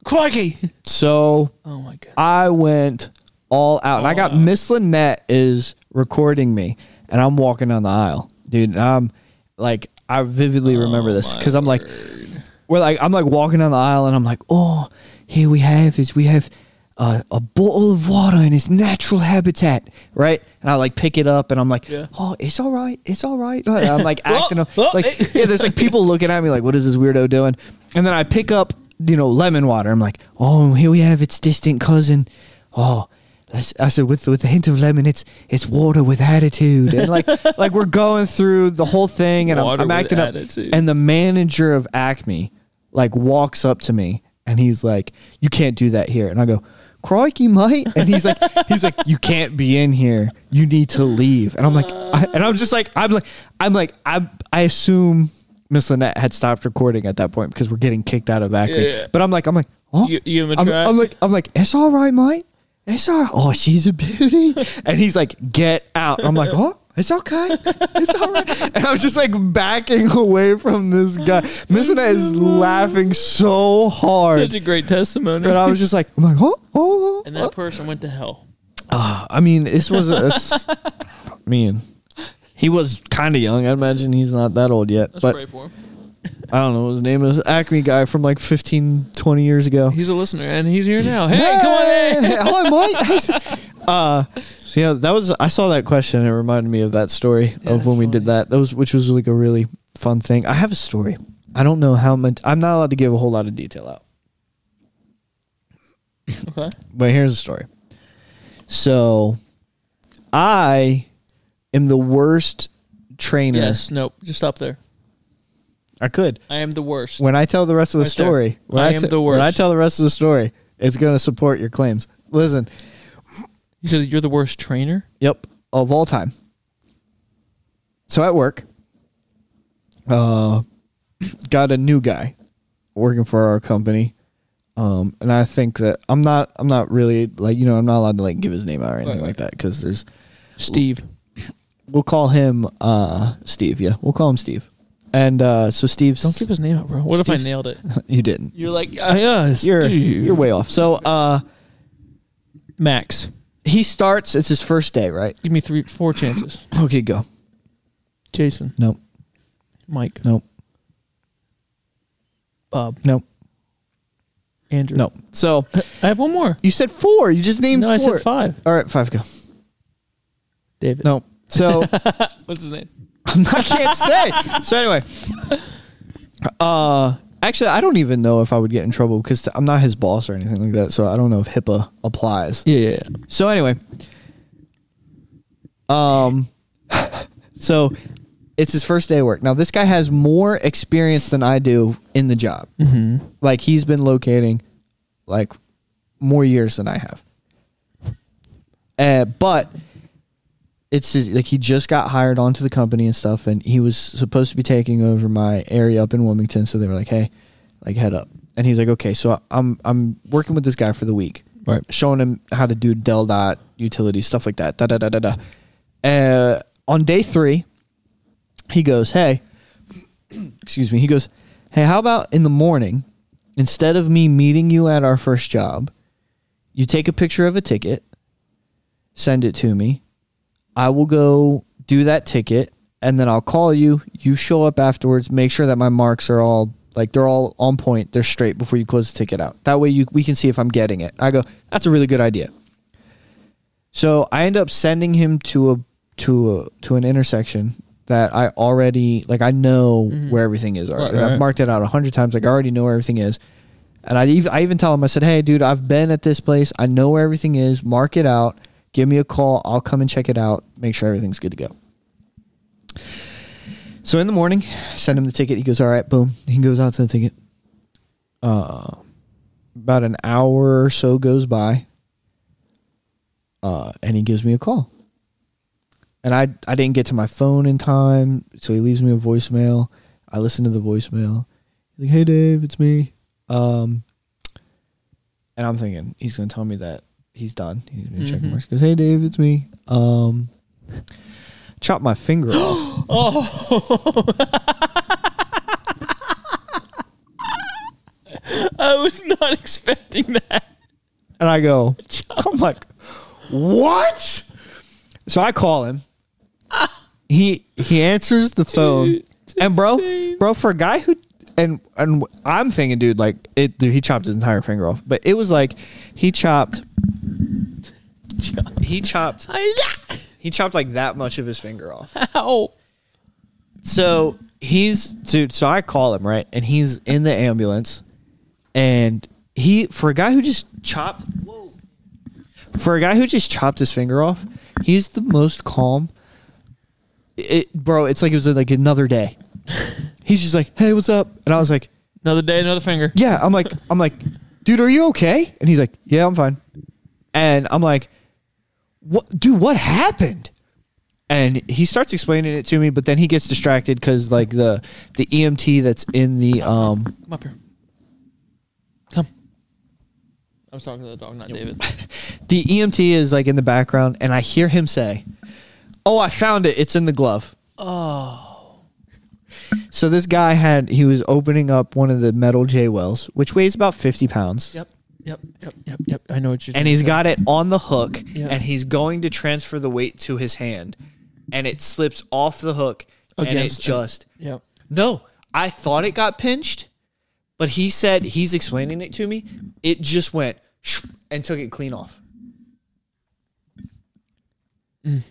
Crikey.
So
Oh my god.
I went all out. and I got
All out.
Miss Lynette is recording me and I'm walking down the aisle. Dude, and I'm like I vividly remember
Oh
this
my
because I'm like
word.
we're like I'm like walking down the aisle and I'm like, oh, here we have is we have a, a bottle of water in its natural habitat, right? And I like pick it up and I'm like,
Yeah.
oh, it's all right, it's all right. And I'm like acting up,
oh, eh.
like yeah. There's like people looking at me like, what is this weirdo doing? And then I pick up you know lemon water. I'm like, oh, here we have its distant cousin. Oh. let's- I said, with with a hint of lemon, it's it's water with attitude, and like like we're going through the whole thing, and I'm,
Water
I'm
with
acting up,
attitude.
and and the manager of Acme like walks up to me and he's like, "You can't do that here." And I go, "Crikey, mate!" And he's like, "He's like, you can't be in here. You need to leave." And I'm like, I, and I'm just like, I'm like, I'm like, I I assume Miss Lynette had stopped recording at that point because we're getting kicked out of Acme.
Yeah.
But I'm like, I'm like, oh,
You- you give him a
I'm,
try?
I'm like, I'm like, it's all right, mate. It's all right. Oh, she's a beauty. And he's like, get out. I'm like, oh, it's okay. It's all right. And I'm just like backing away from this guy. Miss Annette is laughing so
Such
hard.
a great testimony.
And I was just like, I'm like, oh, oh.
and
oh.
that person went to hell.
I mean, this was, a, it's- I mean, he was kind of young. I imagine he's not that old yet.
Let's
but
pray for him.
I don't know. His name is Acme guy from like 15, 20 years ago.
He's a listener, and he's here now. Oh, Hey, come on in.
Hey, Hello, Mike. uh, so yeah, that was. I saw that question. and It reminded me of that story of
that's
when we did
funny.
that. That was, which was like a really fun thing. I have a story. I don't know how much. I'm not allowed to give a whole lot of detail out.
Okay.
But here's a story. So, I am the worst trainer.
Yes. Nope. Just stop there.
I could.
I am the worst.
When I tell the rest of the
Right there.
story, when
I
te-
am the
When I
worst.
tell the rest of the story, it's going to support your claims. Listen.
You said you're the worst trainer.
Yep, of all time. So at work, uh, got a new guy working for our company, um, and I think that I'm not I'm not really like you know I'm not allowed to like give his name out or anything like that because there's
Steve.
we'll call him uh Steve yeah we'll call him Steve, and uh, so Steve's
Don't give his name out, bro. What if I
Steve's-
nailed it?
you didn't
You're like, uh, yeah,
you're
Steve.
you're way off so uh
Max.
he starts it's his first day right
Give me three, four chances.
okay go
Jason.
Nope.
Mike.
Nope.
Bob.
Nope.
Andrew.
no so
I have one more.
you said four you just named
no, I
four
said five.
all right five go
David.
no so.
What's his name?
I can't say. So anyway, uh, actually, I don't even know if I would get in trouble because I'm not his boss or anything like that. So I don't know if HIPAA applies.
Yeah. yeah.
So anyway, um, so it's his first day of work. Now this guy has more experience than I do in the job.
Mm-hmm.
Like he's been locating, like, more years than I have. Uh, but it's his, like he just got hired onto the company and stuff, and he was supposed to be taking over my area up in Wilmington. So they were like, "Hey, like head up. And he's like, okay, so I'm I'm working with this guy for the week,
Right.
Showing him how to do del dot utilities stuff like that. Da da da da da. Uh, on day three, he goes, hey, excuse me. He goes, hey, how about in the morning, instead of me meeting you at our first job, you take a picture of a ticket, send it to me. I will go do that ticket and then I'll call you. You show up afterwards, make sure that my marks are all like they're all on point, they're straight before you close the ticket out. That way you we can see if I'm getting it. I go, that's a really good idea. So I end up sending him to a to a to an intersection that I already like I know where everything is already.
Right, right.
I've marked it out a hundred times. Like I already know where everything is. And I even, I even tell him, I said, hey, dude, I've been at this place. I know where everything is. Mark it out. Give me a call. I'll come and check it out. Make sure everything's good to go. So in the morning, send him the ticket. He goes, all right, boom. He goes out to the ticket. Uh, about an hour or so goes by. Uh, and he gives me a call. And I, I didn't get to my phone in time. So he leaves me a voicemail. I listen to the voicemail. He's like, hey, Dave, it's me. Um, and I'm thinking he's gonna tell me that he's done. He's been checking
Mhm.
marks. He goes, hey, Dave, it's me. Um, chop my finger off.
Oh. I was not expecting that.
And I go, I'm like, what? So I call him. He he answers the phone, and bro,
insane.
bro, for a guy who and and I'm thinking, dude, like it, dude, he chopped his entire finger off, but it was like he chopped, he chopped, he chopped like that much of his finger off.
Ow.
So he's dude. So I call him right, and he's in the ambulance, and he for a guy who just chopped. Whoa. For a guy who just chopped his finger off, he's the most calm. It, bro, it's like it was like another day. He's just like, "Hey, what's up?" And I was like,
Another day, another finger.
yeah, I'm like, I'm like, dude, are you okay? And he's like, yeah, I'm fine. And I'm like, what, dude, what happened? And he starts explaining it to me, but then he gets distracted because like the the EMT that's in the um
Come up here. Come. I was talking to the dog, not David.
the EMT is like in the background, and I hear him say, "Oh, I found it. It's in the glove."
Oh.
So this guy had he was opening up one of the metal J wells, which weighs about fifty pounds.
Yep. Yep. Yep. Yep. Yep. I know what you're
and
doing.
he's got it on the hook
Yeah.
and he's going to transfer the weight to his hand and it slips off the hook and it's
Against him.
just
Yep.
no i thought it got pinched but he said he's explaining it to me it just went shoo, and took it clean off
Mm.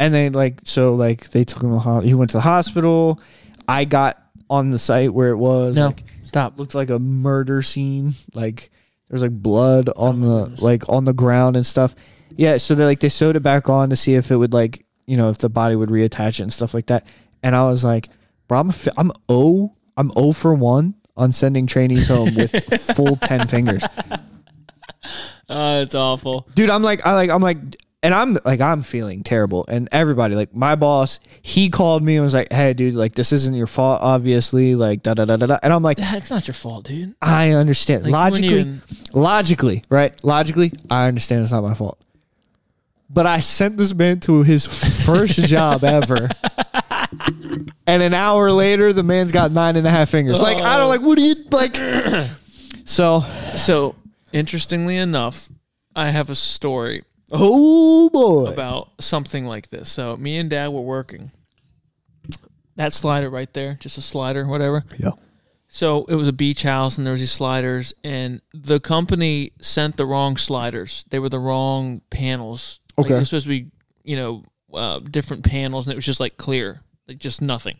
and they like so like they took him to the ho- he went to the hospital i got on the site where it was
No.
like,
Stop.
looked like a murder scene. Like there was like blood
Oh
on the like on the ground and stuff. Yeah, so they like they sewed it back on to see if it would like you know if the body would reattach it and stuff like that. And I was like, bro, I'm a fi- I'm o I'm o for one on sending trainees home with full ten fingers,
Oh, it's awful.
dude. I'm like I like I'm like. And I'm like I'm feeling terrible, and everybody like my boss, he called me and was like, "Hey, dude, like this isn't your fault, obviously." Like da da da da da, and I'm like,
That's not your fault, dude.
I understand
Like, you weren't
logically.
even-
Logically, right? Logically, I understand it's not my fault. But I sent this man to his first job ever, and an hour later, the man's got nine and a half fingers. Like I don't like. What do you like? so,
So, interestingly enough, I have a story
oh boy,
about something like this. So me and dad were working. That slider right there, just a slider, whatever.
yeah,
So it was a beach house and there was these sliders and the company sent the wrong sliders. They were the wrong panels. Like,
Okay.
it was supposed to be, you know, uh, different panels and it was just like clear, like just nothing.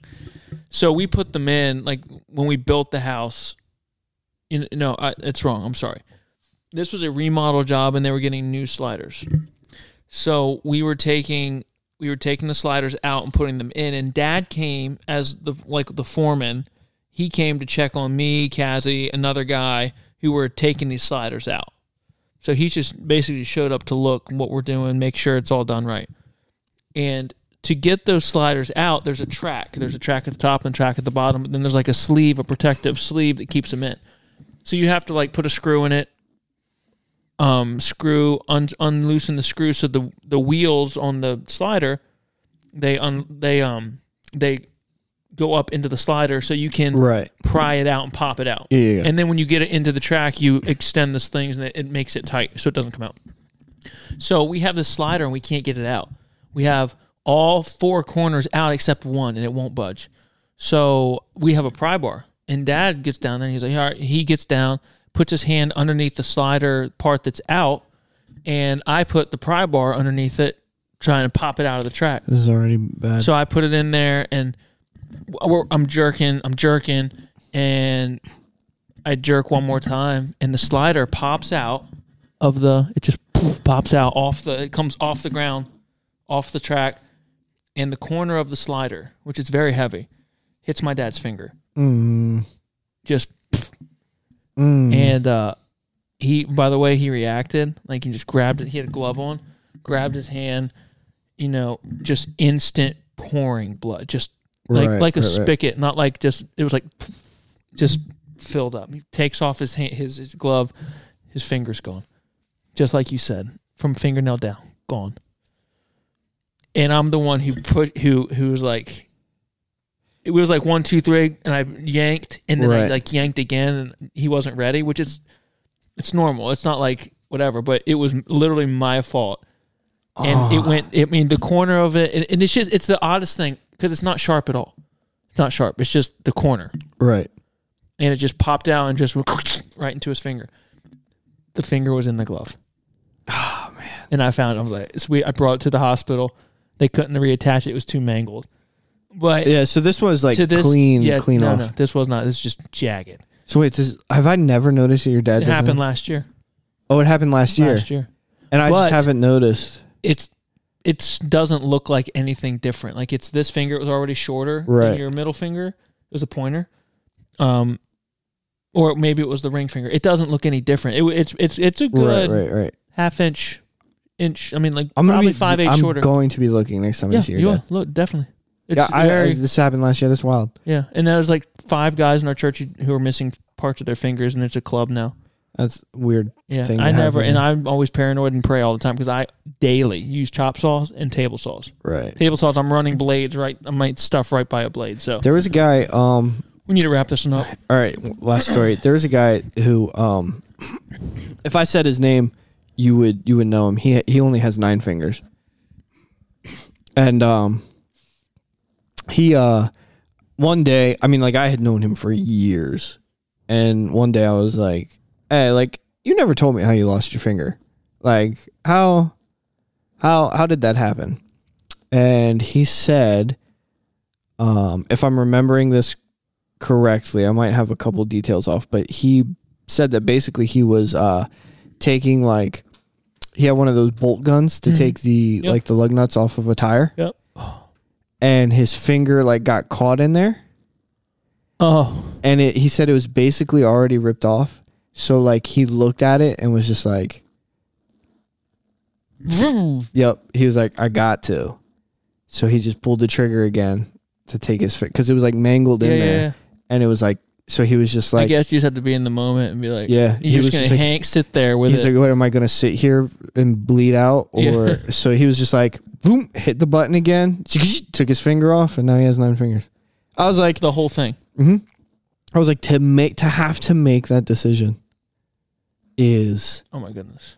So we put them in like when we built the house. You know, no, I, it's wrong. I'm sorry. This was a remodel job and they were getting new sliders. So we were taking we were taking the sliders out and putting them in, and Dad came as the like the foreman. He came to check on me, Cassie, another guy who were taking these sliders out. So he just basically showed up to look what we're doing, make sure it's all done right. And to get those sliders out, there's a track. There's a track at the top and a track at the bottom, but then there's like a sleeve, a protective sleeve that keeps them in. So you have to like put a screw in it, um, screw un- unloosen the screw so the the wheels on the slider, they un they um they go up into the slider so you can
Right.
pry it out and pop it out.
Yeah, yeah, yeah.
And then when you get it into the track, you extend this things and it, it makes it tight so it doesn't come out. So we have this slider and we can't get it out. We have all four corners out except one and it won't budge. So we have a pry bar and dad gets down there and he's like, all right, he gets down, puts his hand underneath the slider part that's out, and I put the pry bar underneath it, trying to pop it out of the track.
This is already bad.
So I put it in there, and w- we're- I'm jerking, I'm jerking, and I jerk one more time, and the slider pops out of the. It just poof, pops out off the. It comes off the ground, off the track, and the corner of the slider, which is very heavy, hits my dad's finger.
Mm,
Just
mm.
and uh, he, by the way, he reacted like he just grabbed it. He had a glove on, grabbed his hand, you know, just instant pouring blood, just like
Right,
like a
right, right.
spigot, not like just it was like just filled up. He takes off his hand, his, his glove, his fingers gone, just like you said, from fingernail down, gone. And I'm the one who put who who was like. It was like one, two, three, and I yanked, and then I
Right.
like yanked again, and he wasn't ready, which is it's normal. It's not like whatever, but it was literally my fault. And it went, I mean, the corner of it, and, and it's just, it's the oddest thing because it's not sharp at all. It's not sharp. It's just the corner.
right.
And it just popped out and just went right into his finger. The finger was in the glove. Oh, man. And I found it. I was like, it's we I brought it to the hospital. They couldn't reattach it. It was too mangled. But
Yeah. So this was like
to this,
clean,
yeah,
clean
no,
off.
No, this was not. This was just jagged.
So wait, does, have I never noticed that your dad?
It
doesn't-
happened last year.
Oh, it happened last year,
Last year.
and I
But-
just haven't noticed.
it's it doesn't look like anything different. Like it's this finger it was already shorter
Right.
than your middle finger. It was a pointer, um, or maybe it was the ring finger. It doesn't look any different. It, it's it's it's a good
Right. Right. Right.
half inch, inch. I mean, like
I'm gonna
probably
be,
five eight
I'm
shorter.
going to be looking next time
yeah,
I see your
you
dad.
will. look definitely. It's
Yeah, I,
very
I, this happened last year. That's wild.
yeah. And there's like five guys in our church who- who are missing parts of their fingers, and it's a club now.
That's weird.
Yeah,
thing
I
to
never,
happen.
and I'm always paranoid and pray all the time because I daily use chop saws and table saws.
Right.
table saws. I'm running blades right. I might stuff right by a blade. So
There was a guy. Um.
we need to wrap this one up.
All right. Last story. There was a guy who, um, if I said his name, you would you would know him. He he only has nine fingers. And um. He uh, one day. I mean, like I had known him for years, and one day I was like, "Hey, like you never told me how you lost your finger. Like how, how how did that happen?" And he said, um, if I'm remembering this correctly, I might have a couple details off, but he said that basically he was uh, taking like he had one of those bolt guns to
Mhm.
take the
Yep.
like the lug nuts off of a tire,
Yep.
and his finger like got caught in there,
Oh,
and it, he said it was basically already ripped off. So like he looked at it and was just like,
vroom.
"Yep." He was like, "I got to," so he just pulled the trigger again to take his because it was like mangled
yeah,
in
yeah,
there,
yeah.
and it was like so he was just
I
like,
guess you just have to be in the moment and be like,
"Yeah."
You're just gonna
like-
Hank sit there with
he's
it.
like, "What am I gonna sit here and bleed out?" Or
Yeah.
so he was just like, "Boom!" Hit the button again. Took his finger off, and now he has nine fingers. I was like,
the whole thing.
hmm I was like, to make to have to make that decision is
Oh my goodness.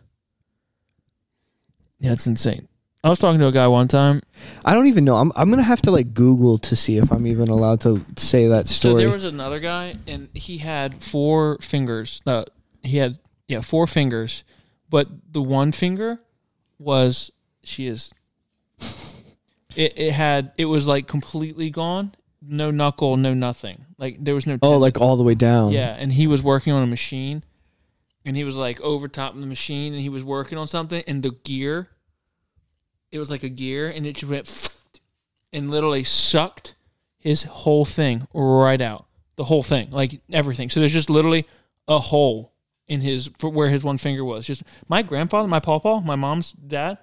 Yeah, it's insane. I was talking to a guy one time.
I don't even know. I'm I'm gonna have to like Google to see if I'm even allowed to say that
So
story.
there was another guy, and he had four fingers. Uh, he had yeah four fingers, but the one finger was she is. It it had it was like completely gone. No knuckle, no nothing. Like there was no.
oh,
tendon.
like all the way down.
Yeah, and he was working on a machine, and he was like over top of the machine, and he was working on something, and the gear, it was like a gear, and it just went, and literally sucked his whole thing right out, the whole thing, like everything. So there's just literally a hole in his for where his one finger was. Just my grandfather, my pawpaw, my mom's dad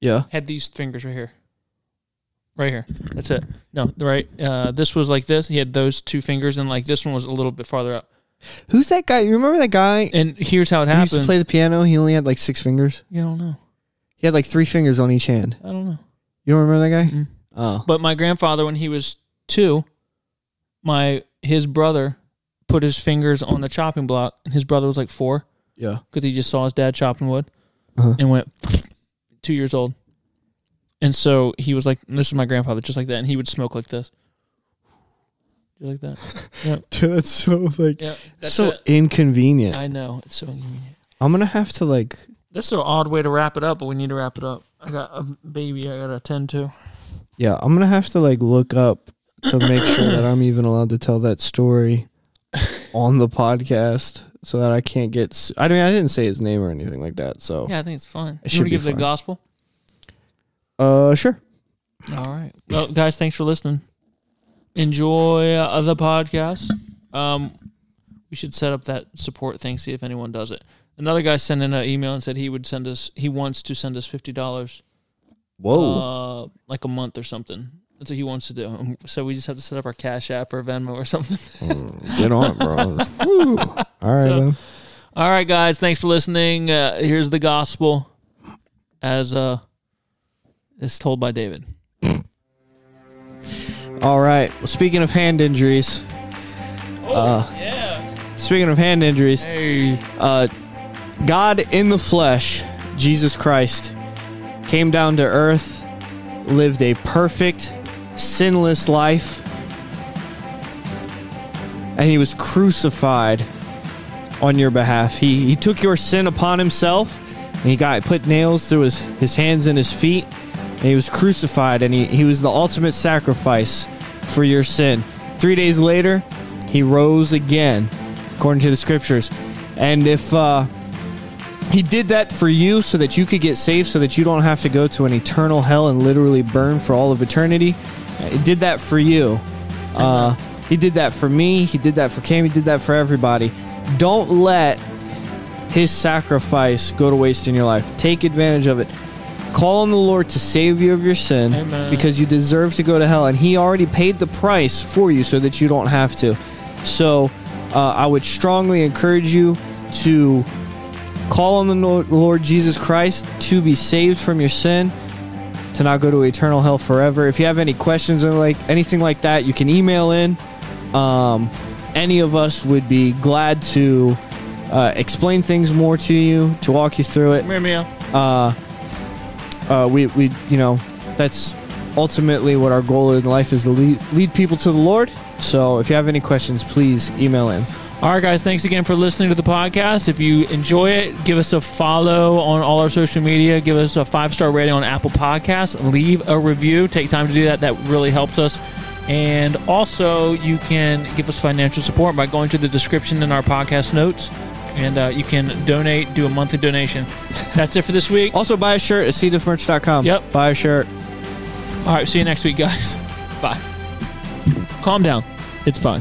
Yeah.
had these fingers right here. Right here. That's it. No, the right. Uh, this was like this. He had those two fingers, and like this one was a little bit farther up.
Who's that guy? You remember that guy
And here's how it
who used to
happened.
play the piano? He only had like six fingers.
yeah, I don't know.
He had like three fingers on each hand.
I don't know.
You don't remember that guy?
Mm.
Oh.
But my grandfather, when he was two, my his brother put his fingers on the chopping block, and his brother was like four
Yeah.
because he just saw his dad chopping wood,
Uh-huh.
and went two years old. And so he was like, "This is my grandfather," just like that, and he would smoke like this, just like that.
Dude, that's so like
Yeah, that's
so
it.
inconvenient.
I know it's so inconvenient.
I'm gonna have to like
This is an odd way to wrap it up, but we need to wrap it up. I got a baby I got to attend to.
yeah, I'm gonna have to like look up to make sure that I'm even allowed to tell that story on the podcast so that I can't get su- I mean I didn't say his name or anything like that, so
Yeah, I think it's fun.
Oh. It
you
should
want to
be
give the
fun.
gospel?
uh sure.
All right. Well, guys, thanks for listening. Enjoy uh, the podcast. Um, we should set up that support thing, see if anyone does it. Another guy sent in an email and said he would send us, he wants to send us $50, uh, like a month or something. That's what he wants to do. Um, So we just have to set up our Cash App or Venmo or something.
Mm, get on, it, bro. Woo. All right
So-
then.
All right, guys, thanks for listening. Uh, here's the gospel as uh, it's told by David.
All right. Well, speaking of hand injuries, uh,
Oh, yeah.
speaking of hand injuries,
Hey.
uh, God in the flesh, Jesus Christ, came down to earth, lived a perfect, sinless life, and he was crucified on your behalf. He, he took your sin upon himself, and he got put nails through his, his hands and his feet, and he was crucified, and he, he was the ultimate sacrifice for your sin. Three days later, he rose again, according to the scriptures. And if uh, he did that for you so that you could get saved, so that you don't have to go to an eternal hell and literally burn for all of eternity, he did that for you. Uh, he did that for me. He did that for Cam. He did that for everybody. Don't let his sacrifice go to waste in your life. Take advantage of it. Call on the Lord to save you of your sin
Amen.
because you deserve to go to hell, and He already paid the price for you so that you don't have to. So, uh, I would strongly encourage you to call on the Lord- Lord Jesus Christ to be saved from your sin, to not go to eternal hell forever. If you have any questions or like anything like that, you can email in. Um, any of us would be glad to uh, explain things more to you, to walk you through it.
Come here, Mia.
Uh, uh, we, we, you know, that's ultimately what our goal in life is to lead, lead people to the Lord. So if you have any questions, please email in.
All right, guys, thanks again for listening to the podcast. If you enjoy it, give us a follow on all our social media. Give us a five star rating on Apple Podcasts. Leave a review. Take time to do that. That really helps us. And also, you can give us financial support by going to the description in our podcast notes. And uh, you can donate, do a monthly donation. That's it for this week. All
Also, buy a shirt at cdiffmerch.com.
Yep.
Buy a shirt.
right, see you next week, guys. Bye. Calm down. It's fine.